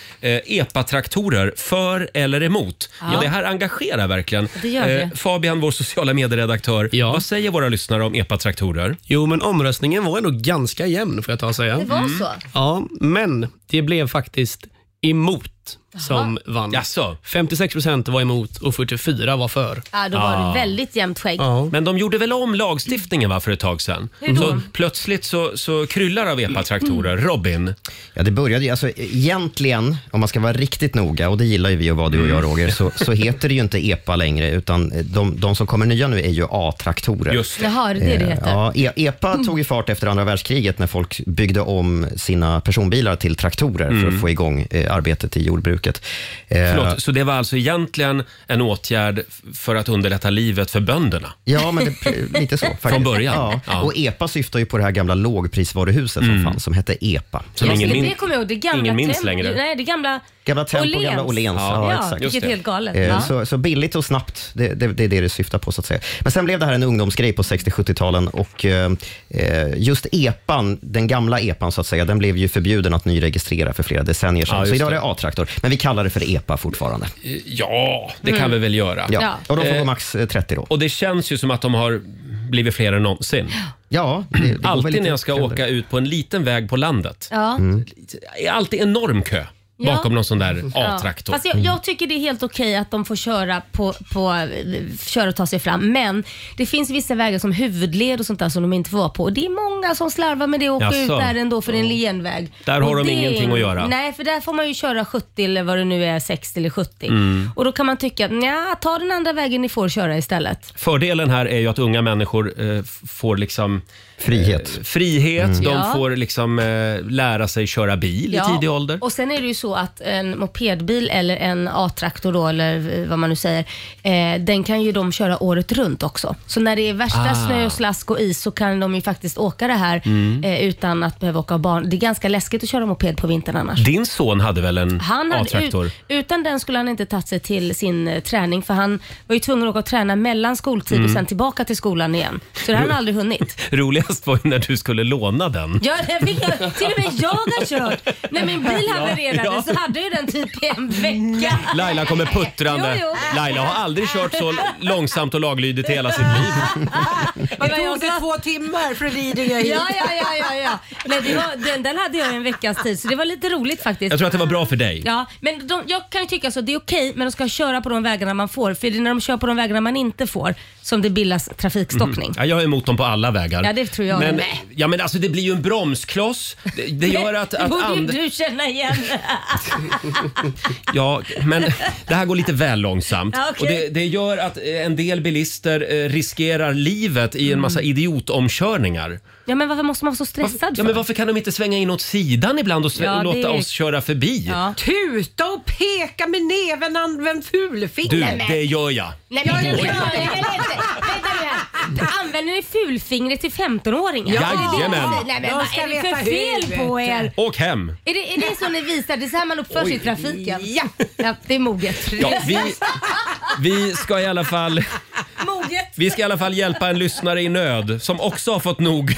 Speaker 1: epatraktorer, för eller emot?
Speaker 3: Ja.
Speaker 1: Och det här engagerar verkligen. Eh,
Speaker 3: Det gör det.
Speaker 1: Fabian, vår sociala medieredaktör. Vad säger våra lyssnare om epatraktorer?
Speaker 9: Jo, men omröstningen var ändå ganska jämn får jag ta och säga.
Speaker 1: Det var Mm. så?
Speaker 9: Ja, men det blev faktiskt emot som vann.
Speaker 1: Jaså?
Speaker 9: 56 procent var emot och 44 var för.
Speaker 3: Ja, då var
Speaker 1: Ah.
Speaker 3: det väldigt jämnt skägg.
Speaker 1: Men de gjorde väl om lagstiftningen va, för ett tag sedan?
Speaker 3: Hur då? Mm.
Speaker 1: Så plötsligt så, så kryllar av epatraktorer. Robin?
Speaker 5: Ja, det började ju, alltså egentligen, om man ska vara riktigt noga, och det gillar ju vi att vara du och
Speaker 1: Mm.
Speaker 5: jag Roger, så, så heter det ju inte EPA längre, utan eh, de, de som kommer nya nu är ju A-traktorer.
Speaker 1: Just
Speaker 3: Jaha, är det det det
Speaker 5: Eh,
Speaker 3: heter? Mm.
Speaker 5: Ja, E- EPA tog ju fart efter andra världskriget när folk byggde om sina personbilar till traktorer för att få igång eh, arbetet i jordbruket. Eh,
Speaker 1: Mm. Förlåt, så det var alltså egentligen en åtgärd f- för att underlätta livet för bönderna?
Speaker 5: Ja, men det, lite så. faktiskt.
Speaker 1: Från början?
Speaker 5: Ja.
Speaker 1: Ja. Mm.
Speaker 5: Och EPA syftar ju på det här gamla lågprisvaruhuset som fanns, som hette EPA.
Speaker 3: Som ingen minns, det kommer jag ihåg. Det gamla
Speaker 5: ingen minns
Speaker 3: Tem-
Speaker 5: längre.
Speaker 3: Nej, det gamla
Speaker 5: Gamla Tempo,
Speaker 3: Åhléns.
Speaker 5: gamla Åhléns.
Speaker 3: Ja,
Speaker 5: exakt.
Speaker 3: vilket är helt galet.
Speaker 5: Eh,
Speaker 3: Ja.
Speaker 5: Så, så billigt och snabbt, det, det, det är det det syftar på. så att säga. Men sen blev det här en ungdomsgrej på 60-70-talen och eh, eh, just epan, den gamla epan så att säga, den blev ju förbjuden att nyregistrera för flera decennier sedan.
Speaker 1: Ja,
Speaker 5: så
Speaker 1: just
Speaker 5: idag är det
Speaker 1: det.
Speaker 5: A-traktor, men vi kallar det för epa fortfarande.
Speaker 1: Eh, Ja, det kan
Speaker 5: Mm.
Speaker 1: vi väl göra.
Speaker 5: Ja. Och de får gå
Speaker 1: Eh,
Speaker 5: max eh, 30 då.
Speaker 1: och det känns ju som att de har blivit fler än någonsin.
Speaker 5: Ja, det, det går väl
Speaker 1: Alltid
Speaker 5: lite
Speaker 1: när jag ska
Speaker 5: trender.
Speaker 1: åka ut på en liten väg på landet.
Speaker 5: Mm.
Speaker 3: Ja.
Speaker 1: Det är alltid enorm kö
Speaker 3: Ja.
Speaker 1: bakom någon sån där
Speaker 3: Ja.
Speaker 1: A-traktor.
Speaker 3: Fast jag, jag tycker det är helt okej att de får köra, på, på, eh, köra och ta sig fram. Men det finns vissa vägar som huvudled och sånt där som de inte får vara på. Och det är många som slarvar med det och åker
Speaker 1: Jaså?
Speaker 3: ut där ändå för det är en genväg.
Speaker 1: Där har
Speaker 3: Och
Speaker 1: de
Speaker 3: det är
Speaker 1: ingenting att göra.
Speaker 3: Nej, för där får man ju köra 70 eller vad det nu är, 60 eller 70.
Speaker 1: Mm.
Speaker 3: Och då kan man tycka, nja, ta den andra vägen ni får köra istället.
Speaker 1: Fördelen här är ju att unga människor eh, f- får liksom frihet. frihet.
Speaker 3: Mm.
Speaker 1: De
Speaker 3: Ja.
Speaker 1: får liksom eh, lära sig köra bil i tidig ålder.
Speaker 3: Och sen är det ju så så att en mopedbil eller en A-traktor då, eller eh, vad man nu säger, eh, den kan ju de köra året runt också. Så när det är värsta
Speaker 15: Ah.
Speaker 3: snö, och slask och is så kan de ju faktiskt åka det här
Speaker 1: Mm.
Speaker 3: eh, utan att behöva åka barn. Det är ganska läskigt att köra moped på vintern annars.
Speaker 1: Din son hade väl en
Speaker 3: Han hade, ut,
Speaker 1: A-traktor?
Speaker 3: utan den skulle han inte tagit sig till sin eh, träning för han var ju tvungen att åka och träna mellan skoltid och
Speaker 1: Mm.
Speaker 3: sen tillbaka till skolan igen. Så det har han aldrig hunnit.
Speaker 1: Roligast var ju när du skulle låna den.
Speaker 3: Ja, det fick jag, till och med jag har kört. När min bil havererade
Speaker 1: Ja, ja.
Speaker 3: så hade jag den typ i en vecka.
Speaker 1: Laila kommer puttrande.
Speaker 3: Jo, jo.
Speaker 1: Laila har aldrig kört så långsamt och laglydigt i hela sitt liv.
Speaker 15: Det tog det två timmar från Lidingö
Speaker 3: Ja,
Speaker 15: hit.
Speaker 3: ja, ja, ja, ja. Nej, det var, den, den hade jag i en veckas tid så det var lite roligt faktiskt.
Speaker 1: Jag tror att det var bra för dig.
Speaker 3: Ja, men de, jag kan ju tycka så det är okej, men de ska köra på de vägarna man får. För det är när de kör på de vägarna man inte får som det bildas trafikstockning.
Speaker 1: Mm. Ja, jag är emot dem på alla vägar.
Speaker 3: Ja, det tror jag.
Speaker 1: Men,
Speaker 3: Nej.
Speaker 1: ja, men alltså det blir ju en bromskloss. Det, det gör att...
Speaker 3: det
Speaker 1: att
Speaker 3: borde ju
Speaker 1: and-
Speaker 3: du känna igen.
Speaker 1: Ja, men det här går lite väl långsamt.
Speaker 3: Ja, okej.
Speaker 1: Och det, det gör att eh, en del bilister eh, riskerar livet i en massa
Speaker 3: Mm.
Speaker 1: idiotomkörningar.
Speaker 3: ja, men varför måste man vara så stressad
Speaker 1: Ja,
Speaker 3: för?
Speaker 1: men varför kan de inte svänga in åt sidan ibland och sve-
Speaker 15: Ja,
Speaker 1: och
Speaker 15: det
Speaker 1: låta
Speaker 15: är-
Speaker 1: oss köra förbi?
Speaker 15: Tuta och peka med näven, använd fulfinger.
Speaker 1: Du, det gör jag.
Speaker 3: Nej,
Speaker 15: Ja,
Speaker 3: men det
Speaker 15: ja,
Speaker 3: gör
Speaker 15: ja.
Speaker 3: jag väl inte. Vänta nu här. Använder ni fulfingret till 15-åringar?
Speaker 1: Ja.
Speaker 3: Det är det
Speaker 1: Jajamän.
Speaker 3: ni säger. Nej, men
Speaker 15: De
Speaker 3: vad
Speaker 15: ska
Speaker 3: är det
Speaker 15: veta
Speaker 3: för fel på
Speaker 15: hur,
Speaker 3: er?
Speaker 15: vet
Speaker 1: Åk hem!
Speaker 3: Är det, är det så ni visar? Det är så här man uppför sig i
Speaker 1: Oj.
Speaker 3: trafiken? Ja. det är moget.
Speaker 1: Ja, vi, vi ska i alla fall...
Speaker 3: Moget.
Speaker 1: Vi ska i alla fall hjälpa en lyssnare i nöd som också har fått nog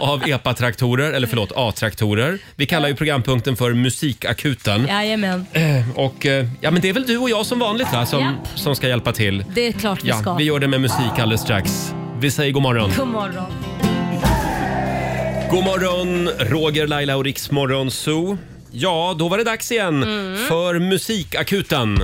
Speaker 1: av EPA-traktorer, eller förlåt A-traktorer. Vi kallar ju programpunkten för Musikakuten.
Speaker 3: Jajamän.
Speaker 1: Eh, Och, eh, ja, men det är väl du och jag som vanligt va, som,
Speaker 3: Japp.
Speaker 1: som ska hjälpa till.
Speaker 3: Det är klart vi ska.
Speaker 1: Ja, vi gör det med musik alldeles strax. Vi säger god morgon.
Speaker 3: God morgon.
Speaker 1: God morgon, Roger, Laila och Riksmorgon Zoo. Ja, då var det dags igen
Speaker 3: Mm.
Speaker 1: för Musikakuten.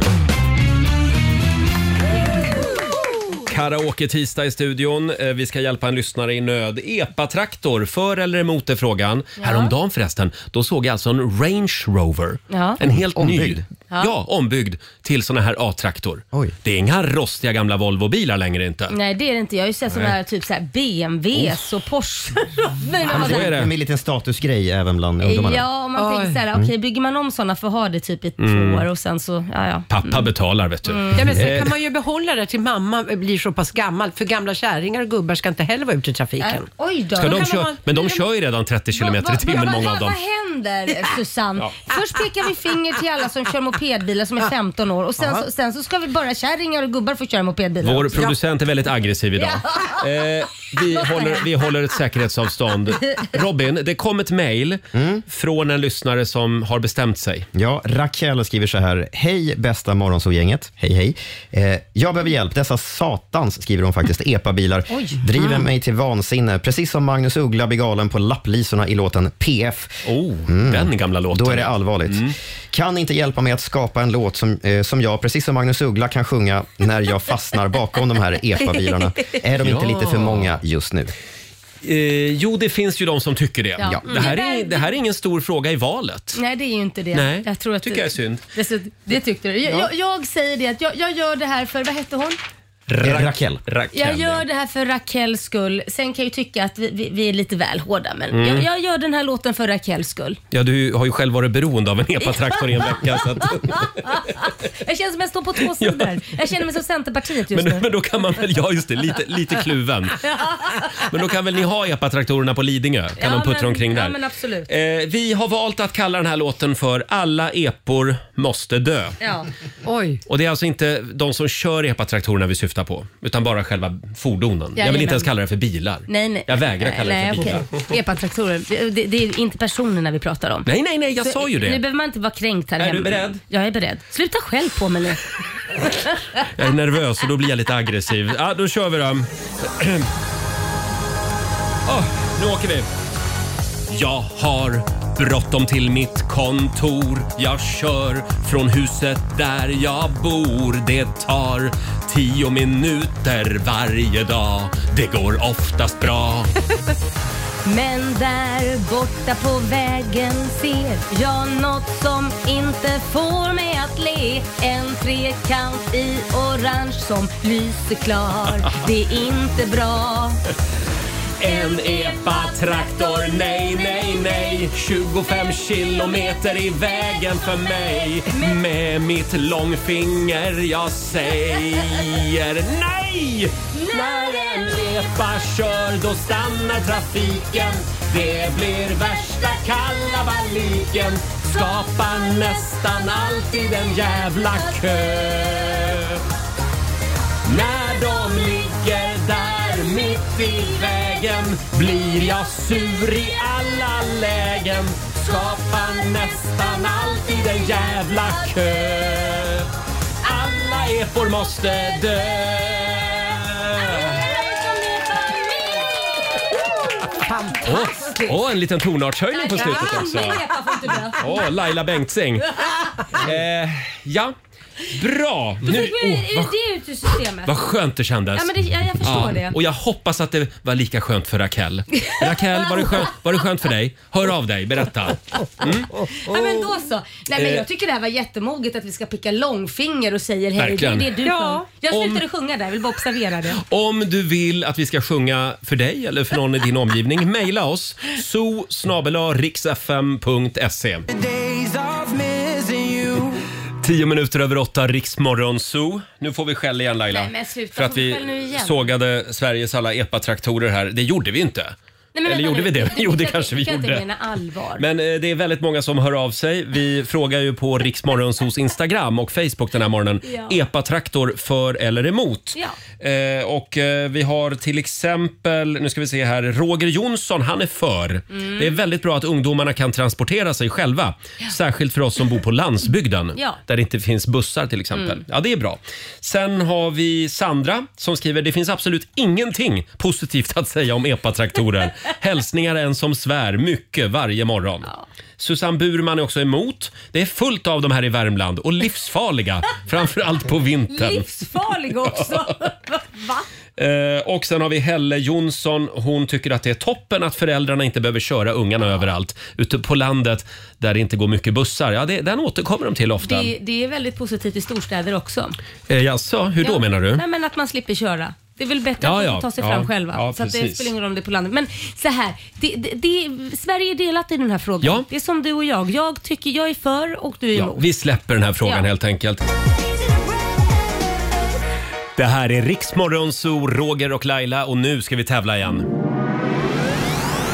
Speaker 1: Karaoke tisdag i studion. Eh, Vi ska hjälpa en lyssnare i nöd. Epa-traktor, för eller emot är frågan. Häromdagen förresten, då såg jag alltså en Range Rover.
Speaker 3: Ja.
Speaker 1: En helt
Speaker 3: Ombyggd.
Speaker 1: ny.
Speaker 3: Ja.
Speaker 1: Ja. ombyggd till såna här A-traktor. Det är inga rostiga gamla Volvo-bilar längre inte.
Speaker 3: Nej, det är det inte. Jag har ju sett sådana här typ så här BMWs och Porsche. Men vad
Speaker 5: Det
Speaker 3: där-
Speaker 5: är en liten statusgrej även bland ungdomarna.
Speaker 3: Ja, om man tänker så här, okej bygger man om sådana för att ha det typ i två
Speaker 5: Mm.
Speaker 3: år och sen så, ja ja.
Speaker 1: Pappa betalar vet du.
Speaker 3: Mm.
Speaker 15: Ja, men sen
Speaker 1: Eh,
Speaker 15: kan man ju behålla det till mamma blir så pass gammal. För gamla kärringar och gubbar ska inte heller vara ute i trafiken.
Speaker 3: Oj då.
Speaker 1: Ska
Speaker 15: Då
Speaker 1: de
Speaker 15: kan
Speaker 1: köra?
Speaker 15: man-
Speaker 1: Men de kör ju redan 30 km i timmen många av dem.
Speaker 3: Vad händer Susanne? Först pekar vi finger till alla som kör mopedbilar som är 15 år och sen,
Speaker 1: Ja.
Speaker 3: så, sen så ska vi bara kärringar och gubbar få köra mopedbilar.
Speaker 1: Vår
Speaker 3: också.
Speaker 1: producent är väldigt aggressiv idag.
Speaker 3: Ja.
Speaker 1: Eh, vi, håller, vi håller ett säkerhetsavstånd. Robin, det kom ett mejl
Speaker 5: Mm.
Speaker 1: från en lyssnare som har bestämt sig.
Speaker 5: Ja, Raquel skriver så här. Hej bästa morgonsovgänget. Hej hej. Eh, jag behöver hjälp. Dessa satans, skriver hon faktiskt, epabilar
Speaker 16: Oj.
Speaker 5: driver
Speaker 16: Mm.
Speaker 5: mig till vansinne. Precis som Magnus Uggla blir galen på lapplisorna i låten PF.
Speaker 1: Oh, den gamla låten.
Speaker 5: Mm. Då är det allvarligt. Kan inte hjälpa mig att skapa en låt som, eh, som jag, precis som Magnus Uggla, kan sjunga när jag fastnar bakom de här epabilarna. Är de inte
Speaker 1: Ja.
Speaker 5: lite för många just nu?
Speaker 1: Eh, jo, det finns ju de som tycker det.
Speaker 3: Ja. Mm.
Speaker 1: Det, här är, det här är ingen stor fråga i valet.
Speaker 3: Nej det är ju inte det.
Speaker 1: Nej,
Speaker 3: Jag tror att
Speaker 1: tycker
Speaker 3: du-
Speaker 1: jag är synd.
Speaker 3: Dessutom- det tyckte du. Jag,
Speaker 1: Ja.
Speaker 3: jag, jag säger det att jag, jag gör det här för, vad hette hon?
Speaker 5: Raquel.
Speaker 3: Jag gör det här för Rakels skull. Sen kan jag ju tycka att vi, vi, vi är lite väl hårda men
Speaker 1: Mm.
Speaker 3: jag, jag gör den här låten för Rakels skull.
Speaker 1: Ja, du har ju själv varit beroende av en epatraktor i en vecka. Så att,
Speaker 3: Jag känner som jag står på två sidor. Jag känner mig som Centerpartiet just
Speaker 1: men,
Speaker 3: nu.
Speaker 1: men då kan man väl, ja just det, lite, lite kluven. Men då kan väl ni ha epatraktorerna på Lidingö? Kan de puttra
Speaker 3: men,
Speaker 1: omkring där?
Speaker 3: Ja, men absolut.
Speaker 1: Eh, vi har valt att kalla den här låten för Alla epor måste dö.
Speaker 3: Ja.
Speaker 15: Oj.
Speaker 1: Och det är alltså inte de som kör epatraktorerna vi syftar på, utan bara själva fordonen. Jag vill
Speaker 3: Jajamän.
Speaker 1: inte ens kalla det för bilar.
Speaker 3: Nej, nej.
Speaker 1: Jag vägrar kalla det
Speaker 3: nej,
Speaker 1: för bilar.
Speaker 3: okej. Epatraktorer, det, det- det är inte personerna vi pratar om.
Speaker 1: Nej, nej, nej, jag
Speaker 3: Så
Speaker 1: sa ju det.
Speaker 3: Nu behöver man inte vara kränkt här
Speaker 1: Är
Speaker 3: hemma.
Speaker 1: du beredd?
Speaker 3: Jag är beredd. Sluta skäll på mig nu.
Speaker 1: Jag är nervös och då blir jag lite aggressiv. Ja, då kör vi då. Åh, nu åker vi. Jag har bråttom till mitt kontor. Jag kör från huset där jag bor. Det tar tio minuter varje dag. Det går oftast bra.
Speaker 3: Men där borta på vägen ser jag något som inte får mig att le. En trekant i orange som lyser klar. Det är inte bra.
Speaker 1: En epa-traktor, nej, nej, nej 25 kilometer i vägen för mig Med mitt långfinger jag säger nej! När en epa kör då stannar trafiken Det blir värsta kalabaliken Skapar nästan alltid en jävla kö när de ligger där mitt i vägen blir jag sur i alla lägen. Skapar nästan alltid en jävla kö. Alla epor måste dö.
Speaker 15: Fantastiskt!
Speaker 1: Åh, en liten tonartshöjning på slutet också. Åh, Laila Bengtzing. Eh, ja, bra.
Speaker 3: Då fick vi
Speaker 1: åh, vad-
Speaker 3: oh, det ut ur systemet.
Speaker 1: Vad skönt det kändes.
Speaker 3: Ja, men det, jag, jag förstår det.
Speaker 1: Och jag hoppas att det var lika skönt för Raquel. Raquel, var det skönt, var det skönt för dig? Hör av dig, berätta. Mm.
Speaker 3: Ja, men då så. Nej, men
Speaker 1: Eh.
Speaker 3: jag tycker det här var jättemoget att vi ska picka långfinger och säger hej.
Speaker 1: Verkligen.
Speaker 3: Det är det du
Speaker 1: Ja.
Speaker 3: ja. Jag slutade sjunga där, jag vill bara observera det.
Speaker 1: Om du vill att vi ska sjunga för dig eller för någon i din omgivning, mejla oss. so riksfm.se
Speaker 7: Days of missing you.
Speaker 1: Tio minuter över åtta, Riksmorgon Zoo. Nu får vi skäll igen Laila.
Speaker 3: Nej, men sluta.
Speaker 1: för att
Speaker 3: Får vi skäll nu
Speaker 1: vi
Speaker 3: igen?
Speaker 1: sågade Sveriges alla epatraktorer här. Det gjorde vi inte. eller
Speaker 3: vänta
Speaker 1: gjorde
Speaker 3: nu.
Speaker 1: vi det? Jo, det kanske vi
Speaker 3: Jag tycker att jag
Speaker 1: gjorde.
Speaker 3: menar allvar.
Speaker 1: Men eh, det är väldigt många som hör av sig. Vi frågar ju på Riksmorgonsos Instagram och Facebook den här morgonen.
Speaker 3: Ja.
Speaker 1: Epatraktor för eller emot?
Speaker 3: Ja.
Speaker 1: Eh, och eh, vi har till exempel, nu ska vi se här, Roger Jonsson, han är för.
Speaker 3: Mm.
Speaker 1: Det är väldigt bra att ungdomarna kan transportera sig själva. Särskilt för oss som bor på landsbygden.
Speaker 3: Ja.
Speaker 1: Där det inte finns bussar till exempel.
Speaker 3: Mm.
Speaker 1: Ja, det är bra. Sen har vi Sandra som skriver, det finns absolut ingenting positivt att säga om epatraktorer. Hälsningar en som svär mycket varje morgon. Susanne Burman är också emot. Det är fullt av de här i Värmland och livsfarliga, framförallt på vintern.
Speaker 3: Livsfarlig också. Va?
Speaker 1: Eh, och sen har vi Helle Jonsson. Hon tycker att det är toppen att föräldrarna inte behöver köra ungarna överallt. Ute på landet där det inte går mycket bussar. Ja, det, den återkommer de till ofta.
Speaker 3: Det, det är väldigt positivt i storstäder också.
Speaker 1: Eh, jaså, hur då
Speaker 3: Ja.
Speaker 1: menar du?
Speaker 3: Nej, men att man slipper köra. Det är väl bättre
Speaker 1: Ja,
Speaker 3: att
Speaker 1: ja.
Speaker 3: ta sig
Speaker 1: Ja.
Speaker 3: fram själva.
Speaker 1: Ja,
Speaker 3: så att det
Speaker 1: precis.
Speaker 3: spelar ingen roll om det är på landet. Men så här, det, det, det, Sverige är delat i den här frågan.
Speaker 1: Ja.
Speaker 3: Det är som du och jag. Jag tycker jag är för och du är
Speaker 1: Ja,
Speaker 3: emot.
Speaker 1: vi släpper den här frågan
Speaker 3: Ja.
Speaker 1: helt enkelt. Det här är Riksmorgon Zoo, Roger och Laila och nu ska vi tävla igen.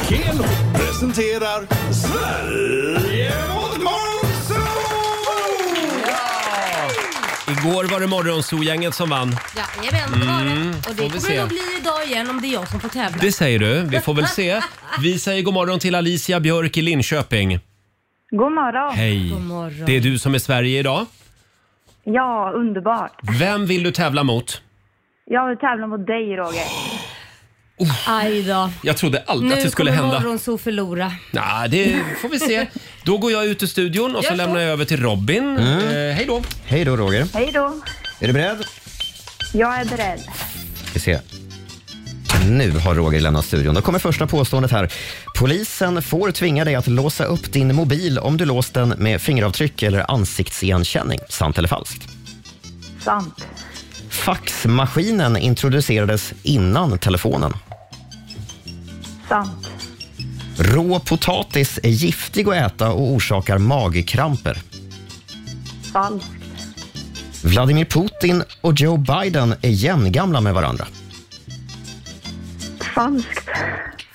Speaker 7: Keno presenterar Sverige mot Morgonzoo!
Speaker 1: Igår var det Morgonzoo-gänget som vann.
Speaker 3: Jajamän, det var
Speaker 1: Mm,
Speaker 3: det.
Speaker 1: får
Speaker 3: Och
Speaker 1: vi
Speaker 3: det
Speaker 1: se.
Speaker 3: kommer det att bli idag igen om det är jag som får tävla.
Speaker 1: Det säger du. Vi får väl se. Vi säger god morgon till Alicia Björk i Linköping.
Speaker 8: God morgon.
Speaker 1: Hej.
Speaker 8: God morgon.
Speaker 1: Det är du som är Sverige idag.
Speaker 8: Ja, underbart.
Speaker 1: Vem vill du tävla mot?
Speaker 8: Jag vill tävla mot dig Roger.
Speaker 3: Aj då.
Speaker 1: Jag trodde alltid
Speaker 3: Nu
Speaker 1: att det skulle
Speaker 3: kommer
Speaker 1: hända.
Speaker 3: Morgonzoo förlora.
Speaker 1: Nej, det får vi se. Då går jag ut ur studion och så
Speaker 3: Gör så.
Speaker 1: lämnar jag över till Robin. Eh, hej då!
Speaker 5: Mm. Hej då Roger.
Speaker 8: Hej då.
Speaker 5: Är du beredd?
Speaker 8: Jag är beredd.
Speaker 5: Vi ser. Nu har Roger lämnat studion. Då kommer första påståendet här. Polisen får tvinga dig att låsa upp din mobil om du låst den med fingeravtryck eller ansiktsigenkänning. Sant eller falskt?
Speaker 8: Sant.
Speaker 5: Faxmaskinen introducerades innan telefonen.
Speaker 8: Sant.
Speaker 5: Rå potatis är giftig att äta och orsakar magkramper.
Speaker 8: Falskt.
Speaker 5: Vladimir Putin och Joe Biden är jämngamla med varandra.
Speaker 8: Falskt.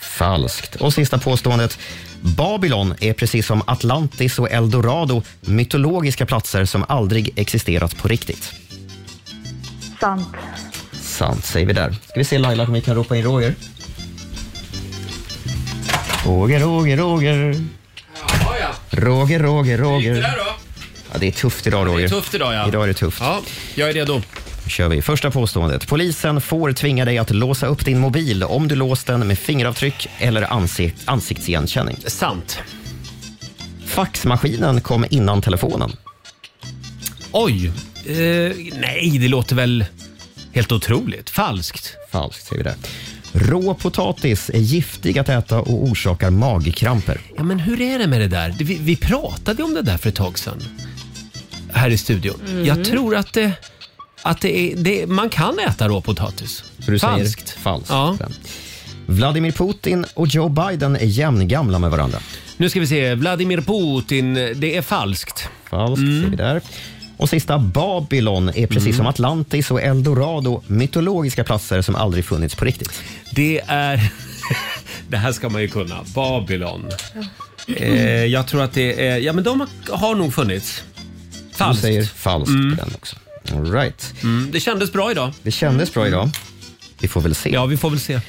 Speaker 5: Falskt. Och sista påståendet. Babylon är precis som Atlantis och Eldorado mytologiska platser som aldrig existerat på riktigt.
Speaker 8: Sant.
Speaker 5: Sant säger vi där. Ska vi se Laila om vi kan ropa in Roger? Roger, Roger, Roger. Roger, Roger, Roger.
Speaker 1: Hur gick det där då?
Speaker 5: Ja, det är tufft idag Roger.
Speaker 1: Det är tufft idag, ja.
Speaker 5: Idag är det tufft.
Speaker 1: Ja, jag är redo.
Speaker 5: Då kör vi. Första påståendet. Polisen får tvinga dig att låsa upp din mobil om du låst den med fingeravtryck eller ansikt, ansiktsigenkänning.
Speaker 1: Sant.
Speaker 5: Faxmaskinen kom innan telefonen.
Speaker 1: Oj! Eh, nej, det låter väl helt otroligt. Falskt.
Speaker 5: Falskt säger vi det. Rå potatis är giftig att äta och orsakar magkramper.
Speaker 1: Ja, men hur är det med det där? Vi, vi pratade om det där för ett tag sedan. Här i studion.
Speaker 7: Mm.
Speaker 1: Jag tror att det... Att det är, det, man kan äta råpotatis.
Speaker 5: Så du
Speaker 1: Falskt.
Speaker 5: Säger falskt.
Speaker 1: Ja.
Speaker 5: Vladimir Putin och Joe Biden är jämngamla med varandra.
Speaker 1: Nu ska vi se. Vladimir Putin, det är falskt.
Speaker 5: Falskt, ser vi där. Och sista, Babylon är precis
Speaker 1: Mm.
Speaker 5: som Atlantis och Eldorado mytologiska platser som aldrig funnits på riktigt.
Speaker 1: Det är... Det här ska man ju kunna. Babylon. Eh, jag tror att det är... Ja, men de har nog funnits. Falskt. Mm.
Speaker 5: Du säger falskt på den också. All right.
Speaker 1: Det kändes bra idag.
Speaker 5: Det kändes bra idag. Vi får väl se. Ja,
Speaker 1: vi får väl se.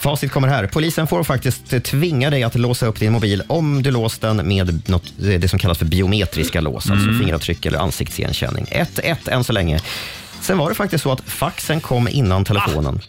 Speaker 5: Facit kommer här. Polisen får faktiskt tvinga dig att låsa upp din mobil om du låst den med något, eh, det som kallas för biometriska lås, alltså
Speaker 1: Mm.
Speaker 5: fingeravtryck eller ansiktsigenkänning. 1-1 än så länge. Sen var det faktiskt så att faxen kom innan telefonen.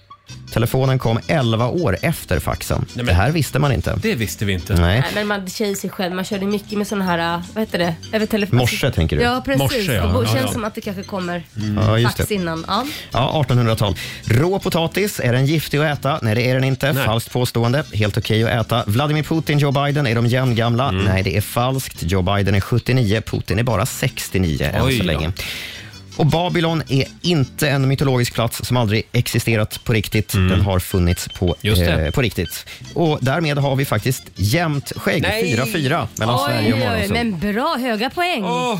Speaker 5: Telefonen kom 11 år efter faxen.
Speaker 3: men-
Speaker 5: det här visste man inte.
Speaker 1: Det visste vi inte.
Speaker 5: Nej.
Speaker 3: Nej, men man tjejer sig själv. Man körde mycket med sådana här, äh, vad heter det? Över telefon.
Speaker 5: Morse, tänker du?
Speaker 3: Ja, precis.
Speaker 5: Morse, ja.
Speaker 3: Det bo-
Speaker 5: Ja,
Speaker 3: känns
Speaker 5: ja.
Speaker 3: som att det kanske kommer
Speaker 5: Mm. Ja, just
Speaker 3: fax
Speaker 5: det.
Speaker 3: innan. Ja.
Speaker 5: Ja, 1800-tal. Rå potatis, är den giftig att äta? Nej, det är den inte. Falskt påstående. Helt okej att äta. Vladimir Putin, Joe Biden, är de jämngamla?
Speaker 1: Mm.
Speaker 5: Nej, det är falskt. Joe Biden är 79, Putin är bara 69 än
Speaker 1: Oj
Speaker 5: så
Speaker 1: då.
Speaker 5: länge. Och Babylon är inte en mytologisk plats som aldrig existerat på riktigt. Den har funnits på,
Speaker 1: Mm. Just det.
Speaker 5: eh, på riktigt. Och därmed har vi faktiskt jämnt skägg,
Speaker 1: Nej.
Speaker 5: 4-4, mellan
Speaker 3: oj,
Speaker 5: Sverige och
Speaker 3: oj,
Speaker 5: Morgonzoo.
Speaker 3: Men bra, höga poäng. Ja.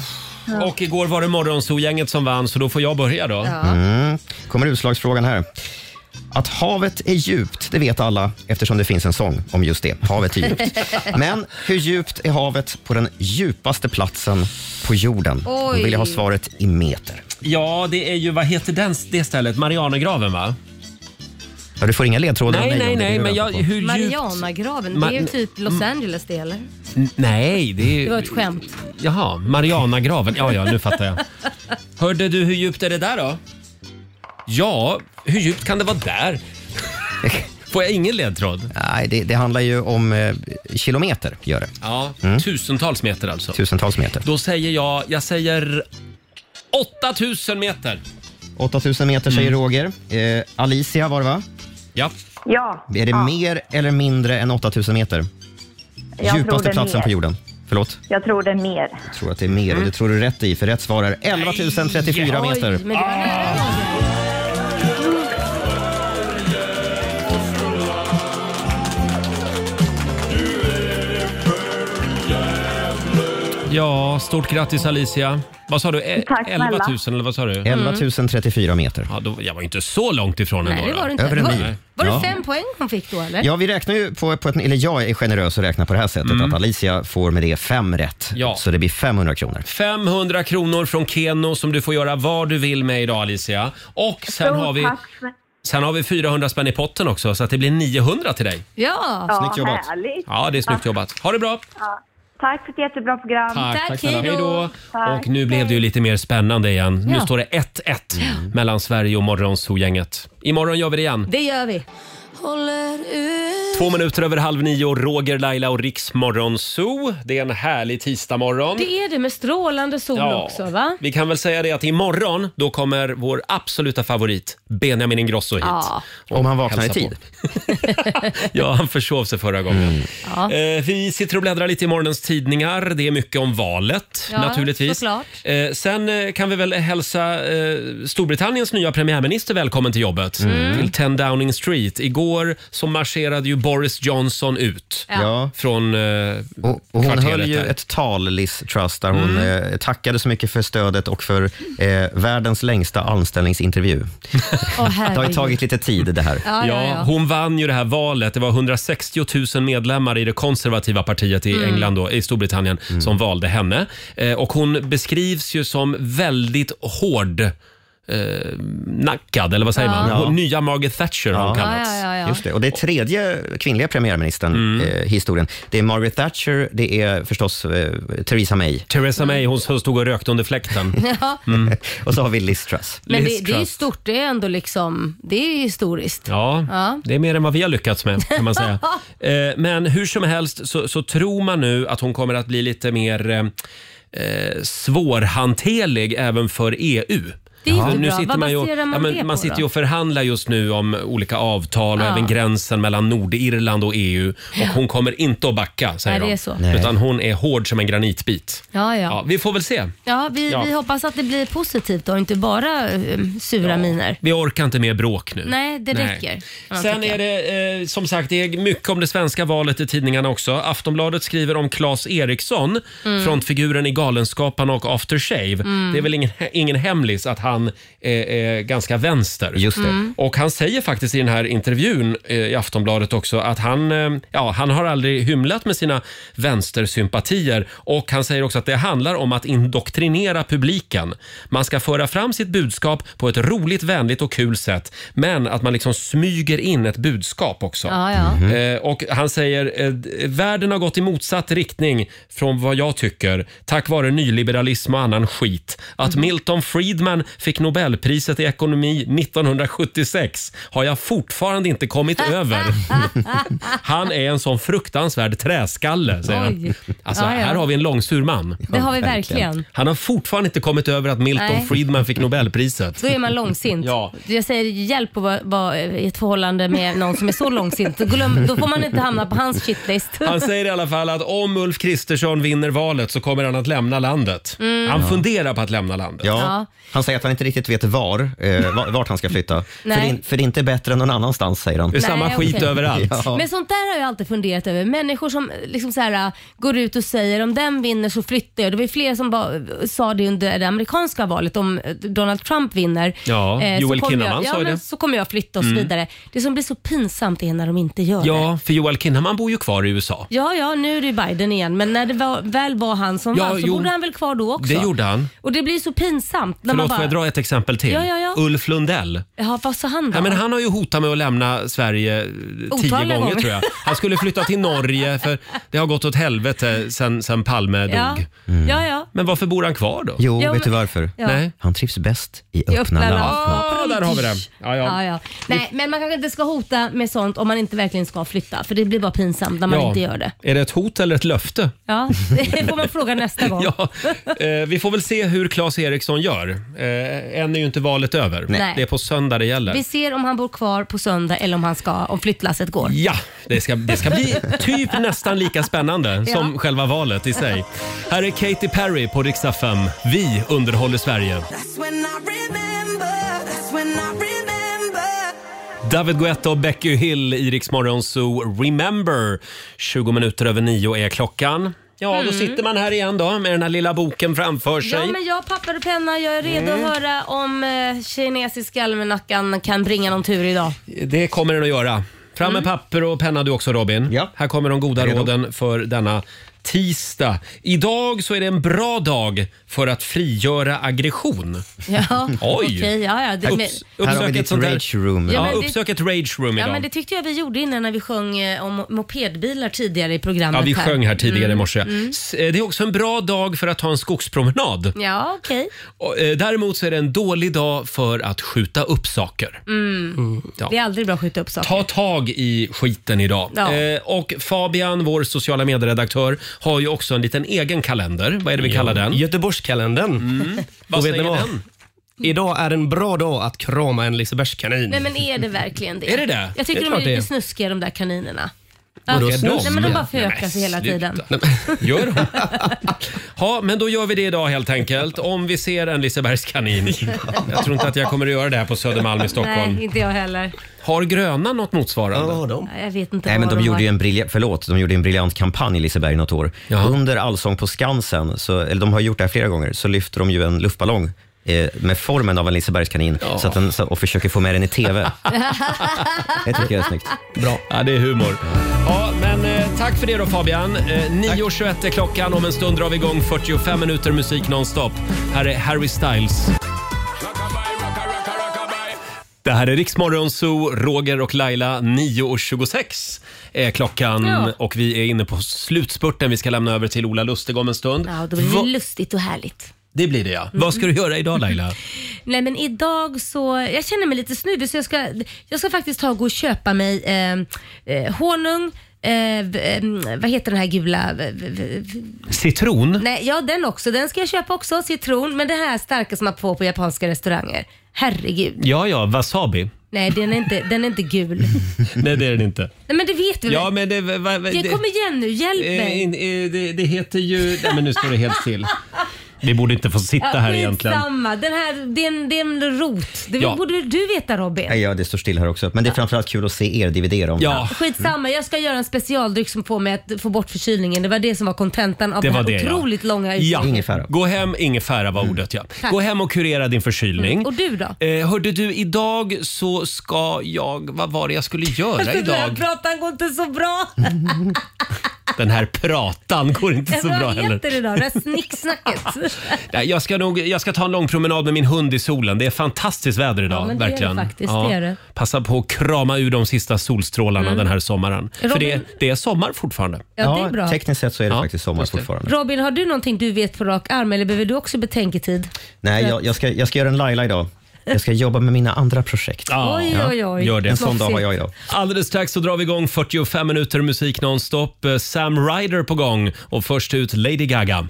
Speaker 1: Och igår var det Morgonzoo-gänget som vann, så då får jag börja då.
Speaker 5: Mm. Kommer utslagsfrågan här. Att havet är djupt, det vet alla eftersom det finns en sång om just det. Havet är djupt. Men hur djupt är havet på den djupaste platsen på jorden? Då
Speaker 1: Oj.
Speaker 5: vill jag ha svaret i meter.
Speaker 1: Ja, det är ju, vad heter den, det stället? Marianergraven va?
Speaker 5: Ja, du får inga ledtrådar
Speaker 1: Nej,
Speaker 5: av mig
Speaker 1: nej,
Speaker 5: om det
Speaker 1: nej,
Speaker 5: är
Speaker 1: men
Speaker 5: röda
Speaker 1: jag,
Speaker 5: på.
Speaker 1: hur djupt...
Speaker 3: Marianagraven,
Speaker 1: Ma- Mm.
Speaker 3: det är ju typ Los Angeles det eller?
Speaker 1: N- Nej, det är
Speaker 3: Det var
Speaker 1: ju...
Speaker 3: ett skämt.
Speaker 1: Jaha, Marianagraven. Ja, ja, nu fattar jag. Hörde du, hur djupt är det där då? Ja, hur djupt kan det vara där? Får jag ingen ledtråd?
Speaker 5: Nej, det, det handlar ju om eh, kilometer. Gör det.
Speaker 1: Ja,
Speaker 5: Mm.
Speaker 1: tusentals meter alltså.
Speaker 5: Tusentals meter.
Speaker 1: Då säger jag, jag säger 8000 meter.
Speaker 5: 8000 meter säger
Speaker 1: Mm.
Speaker 5: Roger. Eh, Alicia var det va?
Speaker 1: Ja.
Speaker 8: Ja.
Speaker 5: Är det mer eller mindre än 8000 meter?
Speaker 8: Jag tror det
Speaker 5: Djupaste
Speaker 8: är
Speaker 5: platsen
Speaker 8: mer.
Speaker 5: på jorden. Förlåt?
Speaker 8: Jag tror det är mer.
Speaker 5: Jag tror att det är mer
Speaker 1: Mm.
Speaker 5: och det tror du rätt i för rätt svar är 11 034 meter.
Speaker 3: Men det var
Speaker 1: Ah, Ja, stort grattis Alicia. Vad sa du? E-
Speaker 5: Tack
Speaker 1: 11
Speaker 5: snälla.
Speaker 1: 000 eller vad sa du?
Speaker 5: 11 034 Mm. meter.
Speaker 1: Ja, då, jag var inte så långt ifrån
Speaker 3: Nej,
Speaker 1: ändå.
Speaker 3: det
Speaker 1: då.
Speaker 3: var det inte.
Speaker 5: Över en
Speaker 3: var,
Speaker 5: mil.
Speaker 3: var det
Speaker 5: Ja.
Speaker 3: fem poäng hon fick då eller?
Speaker 5: Ja, vi räknar ju på, på ett, eller jag är generös och räknar på det här sättet att Alicia får med det fem rätt.
Speaker 1: Mm. Ja.
Speaker 5: Så det blir 500 kronor.
Speaker 1: 500 kronor från Keno som du får göra vad du vill med idag Alicia. Och sen har vi,
Speaker 8: Tack.
Speaker 1: sen har vi 400 spänn i potten också så att det blir 900 till dig.
Speaker 3: Ja.
Speaker 1: Snyggt jobbat.
Speaker 8: härligt.
Speaker 1: Ja, det är snyggt jobbat. Ha det bra!
Speaker 8: Ja. Tack för ett jättebra program.
Speaker 1: snälla.
Speaker 8: Tack.
Speaker 1: Och nu blev det ju lite mer spännande igen. Nu
Speaker 3: Ja.
Speaker 1: står det 1-1 mellan Sverige och Morgonzoo-gänget. Imorgon gör vi det igen.
Speaker 3: Det gör vi.
Speaker 1: Två minuter över halv nio, Roger, Laila och Riks Morgonzoo. Det är en härlig tisdagmorgon.
Speaker 3: Det är det med strålande sol
Speaker 1: Ja.
Speaker 3: också va?
Speaker 1: Vi kan väl säga det att imorgon då kommer vår absoluta favorit Benjamin Ingrosso hit.
Speaker 3: Ja.
Speaker 5: Om han vaknar i
Speaker 1: hälsa
Speaker 5: tid.
Speaker 1: på. ja, han försov sig förra gången. Eh, vi sitter och bläddrar lite i morgonens tidningar. Det är mycket om valet
Speaker 3: Ja,
Speaker 1: naturligtvis.
Speaker 3: såklart.
Speaker 1: Eh, sen eh, kan vi väl hälsa eh, Storbritanniens nya premiärminister välkommen till jobbet.
Speaker 5: Mm.
Speaker 1: Till 10 Downing Street. Igår så marscherade ju Boris Johnson ut
Speaker 5: Ja.
Speaker 1: från eh,
Speaker 5: Och, och hon
Speaker 1: kvarteret
Speaker 5: höll ju
Speaker 1: där.
Speaker 5: ett tal, Liz Truss, där hon
Speaker 1: Mm.
Speaker 5: eh, tackade så mycket för stödet och för eh, världens längsta anställningsintervju. det har ju tagit lite tid det här.
Speaker 1: Ja,
Speaker 7: Ja, ja, ja.
Speaker 1: Hon vann ju det här valet. Det var 160 000 medlemmar i det konservativa partiet i
Speaker 7: Mm.
Speaker 1: England då, i Storbritannien som valde henne. Eh, och hon beskrivs ju som väldigt hård. Eh, nackad, eller vad säger
Speaker 5: Ja.
Speaker 1: man?
Speaker 5: Ja.
Speaker 1: Hon- Nya Margaret Thatcher har hon kallats.
Speaker 3: Ja, ja, ja, ja.
Speaker 5: Just det. Och det är tredje kvinnliga premiärministern i eh, historien. Det är Margaret Thatcher, det är förstås eh, Theresa May.
Speaker 1: Theresa May, hon som stod och rökte under fläkten.
Speaker 3: Ja.
Speaker 5: och så har vi Liz Truss.
Speaker 3: Men det, det är ju stort, det är ändå liksom, det är ju historiskt.
Speaker 1: Ja,
Speaker 3: Ja.
Speaker 1: det är mer än vad vi har lyckats med kan man säga. Eh, Men hur som helst så, så tror man nu att hon kommer att bli lite mer eh, eh, svårhanterlig även för EU.
Speaker 3: Det är
Speaker 1: Ja.
Speaker 3: inte
Speaker 1: Nu
Speaker 3: bra.
Speaker 1: sitter
Speaker 3: Vad
Speaker 1: man, ju,
Speaker 3: baserar man
Speaker 1: ja, men
Speaker 3: det
Speaker 1: man
Speaker 3: på
Speaker 1: sitter
Speaker 3: då?
Speaker 1: ju och förhandlar just nu om olika avtal och
Speaker 3: Ja.
Speaker 1: även gränsen mellan Nordirland och EU.
Speaker 3: Ja.
Speaker 1: Och hon kommer inte att backa, säger
Speaker 3: Nej, det
Speaker 1: de.
Speaker 3: är så. Nej.
Speaker 1: Utan hon är hård som en granitbit.
Speaker 3: Ja, ja.
Speaker 1: Ja,
Speaker 3: ja.
Speaker 1: vi får väl se.
Speaker 3: vi,
Speaker 1: Ja.
Speaker 3: vi hoppas att det blir positivt och inte bara eh, sura miner.
Speaker 1: Vi orkar inte mer bråk nu.
Speaker 3: Nej, det räcker. kan man
Speaker 1: Sen
Speaker 3: tycka.
Speaker 1: är det eh, som sagt det är mycket om det svenska valet i tidningarna också. Aftonbladet skriver om Claes Eriksson,
Speaker 9: Mm.
Speaker 1: frontfiguren i Galenskaparna och After Shave.
Speaker 9: Mm.
Speaker 1: Det är väl ingen, ingen hemlis att han eh, är ganska vänster. Just
Speaker 5: det. Mm.
Speaker 1: Och han säger faktiskt i den här intervjun eh, i Aftonbladet också att han, eh, ja, han har aldrig hymlat med sina vänstersympatier. Och han säger också att det handlar om att indoktrinera publiken. Man ska föra fram sitt budskap på ett roligt, vänligt och kul sätt. Men att man liksom smyger in ett budskap också.
Speaker 3: Ja, ja.
Speaker 1: Eh, och han säger eh, världen har gått i motsatt riktning från vad jag tycker tack vare nyliberalism och annan skit. Att
Speaker 3: Mm.
Speaker 1: Milton Friedman fick Nobelpriset i ekonomi 1976 har jag fortfarande inte kommit över. Han är en sån fruktansvärd träskalle, säger han.
Speaker 3: Oj.
Speaker 1: Alltså,
Speaker 3: Ja, ja.
Speaker 1: Här har vi en långsur man.
Speaker 3: Det har vi verkligen.
Speaker 1: Han har fortfarande inte kommit över att Milton
Speaker 3: Nej.
Speaker 1: Friedman fick Nobelpriset.
Speaker 3: Då är man långsint.
Speaker 1: Ja.
Speaker 3: Jag säger hjälp att vara, vara i ett förhållande med någon som är så långsint. Då, glöm, då får man inte hamna på hans shitlist.
Speaker 1: Han säger i alla fall att om Ulf Kristersson vinner valet så kommer han att lämna landet.
Speaker 3: Mm.
Speaker 1: Han
Speaker 3: Ja.
Speaker 1: funderar på att lämna landet.
Speaker 5: Ja.
Speaker 3: Ja.
Speaker 5: Han säger att han inte riktigt vet var, eh, va- vart han ska flytta. för, det,
Speaker 3: Nej.
Speaker 5: är- för det är inte bättre än någon annanstans, säger han.
Speaker 3: Det är samma Nej, skit okej. överallt.
Speaker 5: Ja.
Speaker 3: Men sånt där har jag alltid funderat över. Människor som liksom så här, äh, går ut och säger om den vinner så flyttar jag. Det var ju fler som ba, sa det under det amerikanska valet om eh, Donald Trump vinner. eh,
Speaker 1: Ja,
Speaker 3: så
Speaker 1: Joel
Speaker 3: kommer
Speaker 1: Kinnaman
Speaker 3: jag, ja,
Speaker 1: sa ju
Speaker 3: men
Speaker 1: det.
Speaker 3: Så kommer jag flytta och så
Speaker 1: Mm.
Speaker 3: vidare. Det som blir så pinsamt är när de inte gör det.
Speaker 1: Ja, för Joel Kinnaman bor ju kvar i USA.
Speaker 3: Ja, ja, nu är det ju Biden igen, men när det var, väl var han som
Speaker 1: Ja,
Speaker 3: vann så
Speaker 1: jo.
Speaker 3: bodde han väl kvar då också?
Speaker 1: Det gjorde han.
Speaker 3: Och det blir så pinsamt när
Speaker 1: Förlåt,
Speaker 3: man
Speaker 1: får
Speaker 3: bara...
Speaker 1: jag dra ett exempel till?
Speaker 3: Ja, ja, ja.
Speaker 1: Ulf Lundell.
Speaker 3: Ja, vad sa han då?
Speaker 1: Ja, men han har ju hotat med att lämna Sverige eh, tio
Speaker 3: Otaliga
Speaker 1: gånger,
Speaker 3: gånger.
Speaker 1: tror jag. Han skulle flytta till Norge för det har gått åt helvete sen, sen Palme
Speaker 3: Ja.
Speaker 1: dog.
Speaker 3: ja, ja.
Speaker 1: Men varför bor han kvar då?
Speaker 5: Jo,
Speaker 3: Ja,
Speaker 5: vet du
Speaker 3: men-
Speaker 5: varför?
Speaker 3: Ja. Nej.
Speaker 5: Han trivs bäst i öppna,
Speaker 3: I öppna
Speaker 5: land.
Speaker 3: landskap.
Speaker 1: Ja, där har vi det. Ja, ja.
Speaker 3: Ja, ja. Nej, men man kanske inte ska hota med sånt om man inte verkligen ska flytta. För det blir bara pinsamt när man
Speaker 1: Ja.
Speaker 3: inte gör det.
Speaker 1: Är det ett hot eller ett löfte?
Speaker 3: Ja, det får man fråga nästa gång.
Speaker 1: Ja, eh, vi får väl se hur Claes Eriksson gör. Eh, än är ju inte valet över.
Speaker 3: Nej.
Speaker 1: Det är på söndag det gäller.
Speaker 3: Vi ser om han bor kvar på söndag eller om han ska, om flyttlasset går.
Speaker 1: Ja, det ska, det ska bli typ nästan lika spännande
Speaker 3: Ja.
Speaker 1: som själva valet i sig. Här är Katy Perry på riksdag 5. Vi underhåller Sverige. David Guetta och Becky Hill i Rix Morgon Zoo Remember. 20 minuter över nio är klockan. Ja, då
Speaker 3: Mm.
Speaker 1: sitter man här igen då med den här lilla boken framför sig.
Speaker 3: Ja, men jag har papper och penna. Jag är redo
Speaker 1: Mm.
Speaker 3: att höra om eh, kinesiska almanackan kan bringa någon tur idag.
Speaker 1: Det kommer den att göra. Fram med
Speaker 3: Mm.
Speaker 1: papper och penna du också Robin. Här kommer de goda råden för denna tisdag. Idag så är det en bra dag för att frigöra aggression.
Speaker 3: Ja,
Speaker 1: Oj!
Speaker 3: okej, ja, ja. Det, men,
Speaker 1: Upps, uppsök ett sånt där-
Speaker 5: room.
Speaker 1: Ja,
Speaker 3: Ja, men det-
Speaker 1: uppsök ett rage room
Speaker 3: ja,
Speaker 1: idag.
Speaker 3: men det tyckte jag vi gjorde innan när vi sjöng eh, om mopedbilar tidigare i programmet.
Speaker 1: Ja, vi sjöng här tidigare i
Speaker 3: Mm,
Speaker 1: morse.
Speaker 3: mm.
Speaker 1: S- eh, Det är också en bra dag för att ta en skogspromenad.
Speaker 3: Ja, okej.
Speaker 1: Och, eh, Däremot så är det en dålig dag för att skjuta upp saker.
Speaker 3: Mm.
Speaker 1: Ja.
Speaker 3: Det är aldrig bra att skjuta upp saker.
Speaker 1: Ta tag i skiten idag.
Speaker 3: Ja.
Speaker 1: Eh, och Fabian, vår sociala medieredaktör, har ju också en liten egen kalender. Vad är det vi
Speaker 9: Ja,
Speaker 1: kallar den?
Speaker 9: Göteborgskalendern.
Speaker 1: Mm. Vad
Speaker 9: Och vet ni
Speaker 1: säger
Speaker 9: vad?
Speaker 1: den?
Speaker 9: Idag är en bra dag att krama en lisebergskanin.
Speaker 3: Nej men är det verkligen det?
Speaker 9: Är det det?
Speaker 3: Jag tycker
Speaker 9: Det är
Speaker 3: de är
Speaker 9: klart det är.
Speaker 3: lite snuskiga de där kaninerna.
Speaker 9: Vadå
Speaker 3: Ja.
Speaker 9: snuskiga?
Speaker 3: alltså, Nej men de bara
Speaker 1: Nej,
Speaker 3: förökar
Speaker 1: men
Speaker 3: sig hela
Speaker 1: sluta.
Speaker 3: tiden.
Speaker 1: Nej, men, Gör hon? Ja, men då gör vi det idag helt enkelt. Om vi ser en Lisebergskanin. Jag tror inte att jag kommer att göra det här på Södermalm i Stockholm.
Speaker 3: Nej, inte jag heller.
Speaker 1: Har gröna något motsvarande?
Speaker 9: Ja, de.
Speaker 3: Ja, Jag vet inte
Speaker 5: Nej, men
Speaker 3: vad
Speaker 5: de gjorde
Speaker 3: var.
Speaker 5: ju en briljant, förlåt, de gjorde en briljant kampanj i Liseberg något år. Under Allsång på Skansen, så, eller de har gjort det här flera gånger, så lyfter de ju en luftballong eh, med formen av en Lisebergskanin så att den, så, och försöker få med den i TV. det tycker jag är snyggt.
Speaker 1: Bra. Ja, det är humor. Ja, men eh, tack för det då Fabian. Eh, 9.21 är klockan. Om en stund drar vi igång 45 minuter musik nonstop. Här är Harry Styles. Det här är Riksmorgon Zoo, Roger och Laila. 9.26 är klockan
Speaker 3: Ja.
Speaker 1: och vi är inne på slutspurten. Vi ska lämna över till Ola Lustig om en stund.
Speaker 3: Ja, då blir det Mm.
Speaker 1: Va-
Speaker 3: lustigt och härligt.
Speaker 1: det blir det ja. Vad ska du göra idag Laila?
Speaker 3: Nej men idag så, jag känner mig lite snuvig så jag ska, jag ska faktiskt ta och gå och köpa mig ehm, eh, eh, honung, eh, v- em, vad heter den här gula? V- v- v-
Speaker 1: Citron?
Speaker 3: Nej, ja den också. Den ska jag köpa också, citron. Men det här starka som man får på japanska restauranger. Herregud.
Speaker 1: Ja, ja, wasabi.
Speaker 3: Nej, den är inte, den är inte gul.
Speaker 1: Nej, det är den inte.
Speaker 3: Nej, men det vet du väl?
Speaker 1: Ja, men det... Va, va,
Speaker 3: Ja,
Speaker 1: det-
Speaker 3: kom igen nu, hjälp
Speaker 1: Eh,
Speaker 3: mig.
Speaker 1: in- eh, det, det heter ju... Nej, men nu står det helt still. Vi borde inte få sitta här egentligen.
Speaker 3: skitsamma. Den här, det, är en, det är en rot. Det
Speaker 5: Ja.
Speaker 3: borde du veta Robin.
Speaker 5: Ja, det står still här också. Men det är framförallt kul att se er dividera om det.
Speaker 3: Skitsamma, jag ska göra en specialdryck som får mig att få bort förkylningen. Det var det som var kontentan av
Speaker 1: Det
Speaker 3: den
Speaker 1: var
Speaker 3: här
Speaker 1: det, ja.
Speaker 3: otroligt långa
Speaker 1: Ja,
Speaker 3: utläggningen.
Speaker 1: gå hem, ingefära var ordet ja.
Speaker 3: Tack. Mm.
Speaker 1: Gå hem och kurera din förkylning.
Speaker 3: Och du då?
Speaker 1: Eh, hörde du, idag så ska jag... Vad var det jag skulle göra
Speaker 3: Den här
Speaker 1: idag?
Speaker 3: pratan går inte så bra.
Speaker 1: Den här pratan går inte så bra
Speaker 3: Vad
Speaker 1: heller.
Speaker 3: heter det då? Det här snicksnacket.
Speaker 1: Nej, jag, ska nog, jag ska ta en lång promenad med min hund i solen. Det är fantastiskt väder idag.
Speaker 3: Ja, men det är det
Speaker 1: verkligen.
Speaker 3: faktiskt, det är det.
Speaker 1: Passa på att krama ur de sista solstrålarna
Speaker 3: Mm.
Speaker 1: den här sommaren. För
Speaker 3: Robin-
Speaker 1: det, det är sommar fortfarande.
Speaker 3: Ja, det är bra.
Speaker 5: Tekniskt sett så är det faktiskt sommar fortfarande.
Speaker 3: Robin, har du någonting du vet på rak arm eller behöver du också betänketid?
Speaker 5: Nej, jag, jag, ska, jag ska göra en Laila idag. Jag ska jobba med mina andra projekt.
Speaker 3: Oj, oj, oj.
Speaker 1: Gör det.
Speaker 5: En sån dag har jag idag.
Speaker 1: Alldeles strax så drar vi igång 45 minuter musik nonstop. Eh, Sam Ryder på gång och först ut Lady Gaga.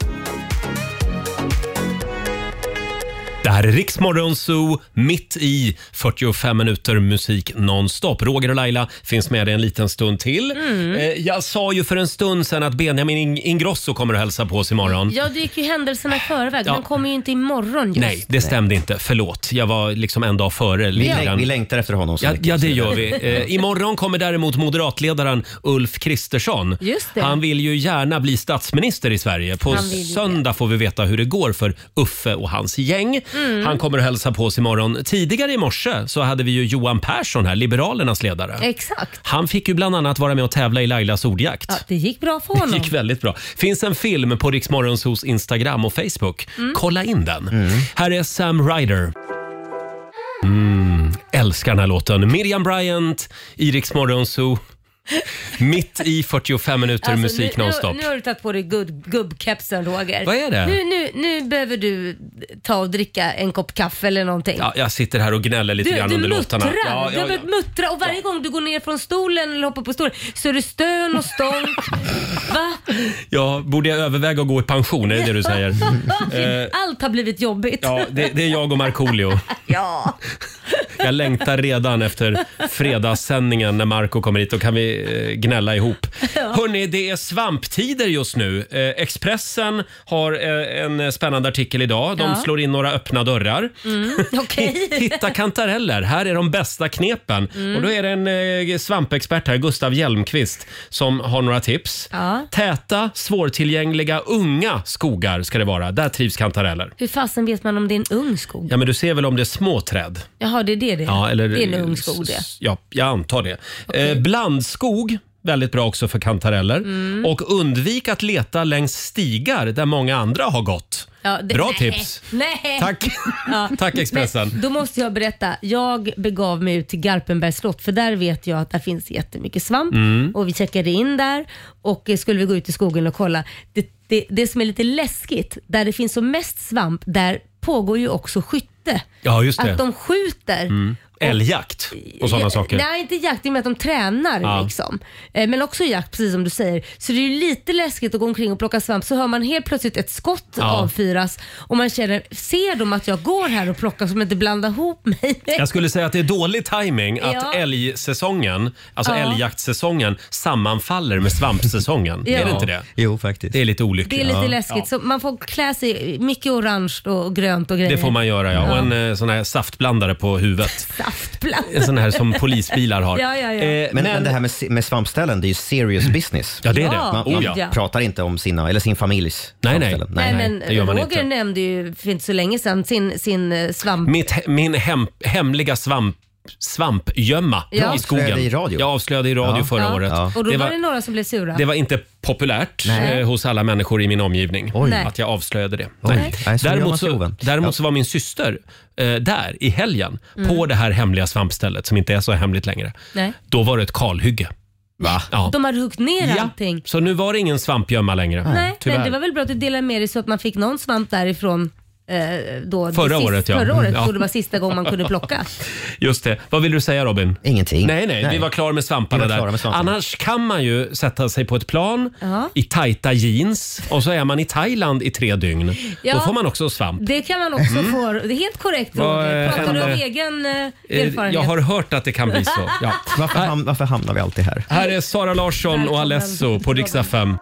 Speaker 1: Det här är Riksmorgon Zoo, mitt i 45 minuter musik nonstop. Roger och Laila finns med dig en liten stund till.
Speaker 3: Mm.
Speaker 1: Eh, Jag sa ju för en stund sedan att Benjamin Ing- Ingrosso kommer att hälsa på oss imorgon.
Speaker 3: Ja, det gick ju händelserna i förväg.
Speaker 1: Ja.
Speaker 3: Den kommer ju inte imorgon just.
Speaker 1: Nej, det stämde inte. Förlåt. Jag var liksom en dag före.
Speaker 5: Vi,
Speaker 1: lite
Speaker 5: läng-
Speaker 1: grann.
Speaker 5: vi längtar efter honom så
Speaker 1: Ja,
Speaker 5: mycket.
Speaker 1: ja, det gör vi. Eh, imorgon kommer däremot moderatledaren Ulf Kristersson.
Speaker 3: Just det.
Speaker 1: Han vill ju gärna bli statsminister i Sverige. På
Speaker 3: Han vill ju det.
Speaker 1: söndag får vi veta hur det går för Uffe och hans gäng.
Speaker 3: Mm.
Speaker 1: Han kommer att hälsa på oss imorgon. Tidigare i morse så hade vi ju Johan Persson här, Liberalernas ledare.
Speaker 3: Exakt.
Speaker 1: Han fick ju bland annat vara med och tävla i Lailas ordjakt.
Speaker 3: Ja, det gick bra för
Speaker 1: Det
Speaker 3: honom.
Speaker 1: gick väldigt bra. Finns en film på Riksmorgons hos Instagram och Facebook.
Speaker 3: Mm.
Speaker 1: Kolla in den. Här är Sam Ryder. Mm, älskar den här låten. Miriam Bryant i Riksmorgons Zoo. Mitt i 45 minuter
Speaker 3: Alltså,
Speaker 1: musik
Speaker 3: nu,
Speaker 1: nonstop.
Speaker 3: Nu, nu har du tagit på dig gubb, gubbkepsen Roger.
Speaker 1: Vad är det?
Speaker 3: Nu, nu, nu behöver du ta och dricka en kopp kaffe eller någonting.
Speaker 1: Ja, jag sitter här och gnäller lite
Speaker 3: du,
Speaker 1: grann
Speaker 3: du
Speaker 1: under
Speaker 3: muttrar,
Speaker 1: låtarna. Ja,
Speaker 3: du
Speaker 1: ja,
Speaker 3: har
Speaker 1: ja.
Speaker 3: börjat muttra och varje gång du går ner från stolen eller hoppar på stolen så är det stön och stånk. Va?
Speaker 1: ja, borde jag överväga att gå i pension? Är det det du säger? Eh,
Speaker 3: Allt har blivit jobbigt.
Speaker 1: ja, det, det är jag och Markoolio.
Speaker 3: Ja.
Speaker 1: Jag längtar redan efter fredagssändningen när Marco kommer hit. Då kan vi eh, gnälla ihop. Hörni, det är svamptider just nu. Eh, Expressen har eh, en spännande artikel idag. De
Speaker 3: Ja.
Speaker 1: slår in några öppna dörrar.
Speaker 3: Mm, Okej.
Speaker 1: Hitta kantareller, här är de bästa knepen.
Speaker 3: Mm.
Speaker 1: Och då är det en eh, svampexpert här, Gustav Hjelmqvist, som har några tips.
Speaker 3: Ja.
Speaker 1: Täta, svårtillgängliga, unga skogar ska det vara. Där trivs kantareller.
Speaker 3: Hur fasen vet man om det är en ung skog?
Speaker 1: Ja, men du ser väl om det är små träd?
Speaker 3: Jaha, det är det det är.
Speaker 1: Ja, eller-
Speaker 3: Det är en ung skog det.
Speaker 1: S- Ja, jag antar det. Eh, blandskog, väldigt bra också för kantareller.
Speaker 3: Mm.
Speaker 1: Och undvik att leta längs stigar där många andra har gått.
Speaker 3: Ja, det-
Speaker 1: Bra
Speaker 3: nej,
Speaker 1: tips.
Speaker 3: Nej.
Speaker 1: Tack.
Speaker 3: Ja.
Speaker 1: Tack, Expressen.
Speaker 3: Men Då måste jag berätta. Jag begav mig ut till Garpenbergs slott för där vet jag att det finns jättemycket svamp.
Speaker 16: Mm.
Speaker 3: Och Vi checkade in där och eh, skulle vi gå ut i skogen och kolla. Det, det, det som är lite läskigt, där det finns som mest svamp, där pågår ju också skytte.
Speaker 1: Ja, just det.
Speaker 3: Att de skjuter.
Speaker 1: Mm. Älgjakt och sådana
Speaker 3: Ja,
Speaker 1: saker.
Speaker 3: Nej, inte jakt i och med att de tränar.
Speaker 1: Ja.
Speaker 3: Liksom. Eh, Men också jakt, precis som du säger. Så det är ju lite läskigt att gå omkring och plocka svamp. Så hör man helt plötsligt ett skott
Speaker 1: Ja.
Speaker 3: avfyras och man känner, ser de att jag går här och plockar så de inte blandar ihop mig? med-
Speaker 1: Jag skulle säga att det är dålig timing att
Speaker 3: Ja.
Speaker 1: älgsäsongen, alltså
Speaker 3: Ja.
Speaker 1: älgjaktssäsongen, sammanfaller med svampsäsongen.
Speaker 3: Ja.
Speaker 1: Är det inte det?
Speaker 5: Jo, faktiskt.
Speaker 1: Det är lite olyckligt.
Speaker 3: Det är lite
Speaker 1: Ja.
Speaker 3: läskigt.
Speaker 1: Ja.
Speaker 3: Så man får klä sig i mycket orange och grönt och grejer.
Speaker 1: Det får man göra ja. Och en eh, sån här saftblandare på huvudet. En sån här som polisbilar har.
Speaker 3: Ja, ja, ja.
Speaker 1: Eh,
Speaker 5: men,
Speaker 1: men-
Speaker 5: men... det här med, med svampställen, det är ju serious business.
Speaker 1: Ja, det är det.
Speaker 3: Ja,
Speaker 5: Man,
Speaker 3: oh,
Speaker 5: man
Speaker 3: ja.
Speaker 5: pratar inte om sina, eller sin familjs nej, nej.
Speaker 3: Nej, men Roger nämnde ju för inte så länge sedan sin, sin eh, svamp...
Speaker 1: Mitt, he- min hem, hemliga svamp svampgömma
Speaker 3: Ja.
Speaker 1: i skogen.
Speaker 5: Avslöjade i radio.
Speaker 1: Jag avslöjade i radio
Speaker 5: Ja.
Speaker 1: förra
Speaker 3: Ja.
Speaker 1: året.
Speaker 3: Och då
Speaker 1: Det
Speaker 3: var,
Speaker 1: var-
Speaker 3: det några som blev sura.
Speaker 1: Det var inte populärt
Speaker 3: Nej.
Speaker 1: eh, hos alla människor i min omgång
Speaker 3: Oj. Nej.
Speaker 1: att jag avslöjade det.
Speaker 5: Oj. Nej, så gör man
Speaker 1: Däremot,
Speaker 5: sig
Speaker 1: så,
Speaker 5: ovän.
Speaker 1: däremot så var min syster eh, där i helgen
Speaker 3: Mm.
Speaker 1: på det här hemliga svampstället som inte är så hemligt längre.
Speaker 3: Nej.
Speaker 1: Då var det ett kalhygge. Va? Ja.
Speaker 3: De hade huggit ner
Speaker 1: Ja.
Speaker 3: allting.
Speaker 1: Så nu var det ingen svampgömma längre.
Speaker 3: Nej,
Speaker 1: Tyvärr.
Speaker 3: men det var väl bra att du delade med dig så att man fick någon svamp därifrån eh, då
Speaker 1: Förra
Speaker 3: det sist,
Speaker 1: året, ja.
Speaker 3: förra året
Speaker 1: Mm, ja.
Speaker 3: då det var sista gången man kunde plocka.
Speaker 1: Just det. Vad vill du säga Robin?
Speaker 5: Ingenting.
Speaker 1: Nej, nej,
Speaker 5: Nej.
Speaker 1: vi var klara med svamparna
Speaker 5: Vi var
Speaker 1: där.
Speaker 5: klara med svamparna.
Speaker 1: Annars kan man ju sätta sig på ett plan
Speaker 3: Ja.
Speaker 1: i tajta jeans och så är man i Thailand i tre dygn.
Speaker 3: Ja.
Speaker 1: Då får man också svamp.
Speaker 3: Det kan man också
Speaker 1: Mm.
Speaker 3: få. Det är helt korrekt
Speaker 1: Vad,
Speaker 3: Roger.
Speaker 1: eh,
Speaker 3: Pratar du av
Speaker 1: en, eh,
Speaker 3: egen eh,
Speaker 1: Eh,
Speaker 3: erfarenhet?
Speaker 1: Jag har hört att det kan bli så. Ja.
Speaker 5: Varför, ham- varför hamnar vi alltid här?
Speaker 1: Här är Sara Larsson och Alesso på Rix FM.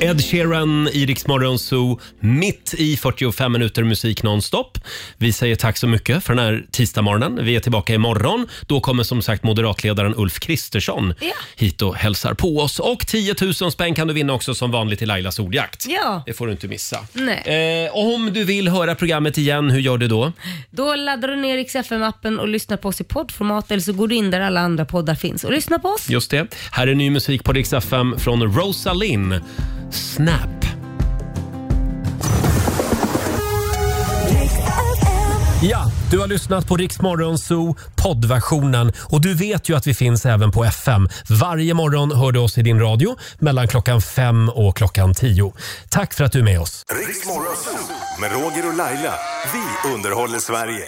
Speaker 1: Ed Sheeran i Rix Morgon Zoo, mitt i 45 minuter musik nonstop. Vi säger tack så mycket för den här tisdagsmorgonen. Vi är tillbaka imorgon. Då kommer som sagt moderatledaren Ulf Kristersson
Speaker 3: Ja.
Speaker 1: hit och hälsar på oss. Och 10 000 spänn kan du vinna också som vanligt i Lailas ordjakt.
Speaker 3: Ja.
Speaker 1: Det får du inte missa.
Speaker 3: Nej.
Speaker 1: Eh, om du vill höra programmet igen, hur gör du då?
Speaker 3: Då laddar du ner Rix FM-appen och lyssnar på oss i poddformat eller så går du in där alla andra poddar finns och lyssnar på oss.
Speaker 1: Just det. Här är ny musik på Rix FM från Rosalind. Snap. Ja, du har lyssnat på Rix Morgon Zoo poddversionen och du vet ju att vi finns även på FM. Varje morgon hör du oss i din radio mellan klockan fem och klockan tio. Tack för att du är med oss.
Speaker 6: Riks Morgonzoo med Roger och Laila. Vi underhåller Sverige.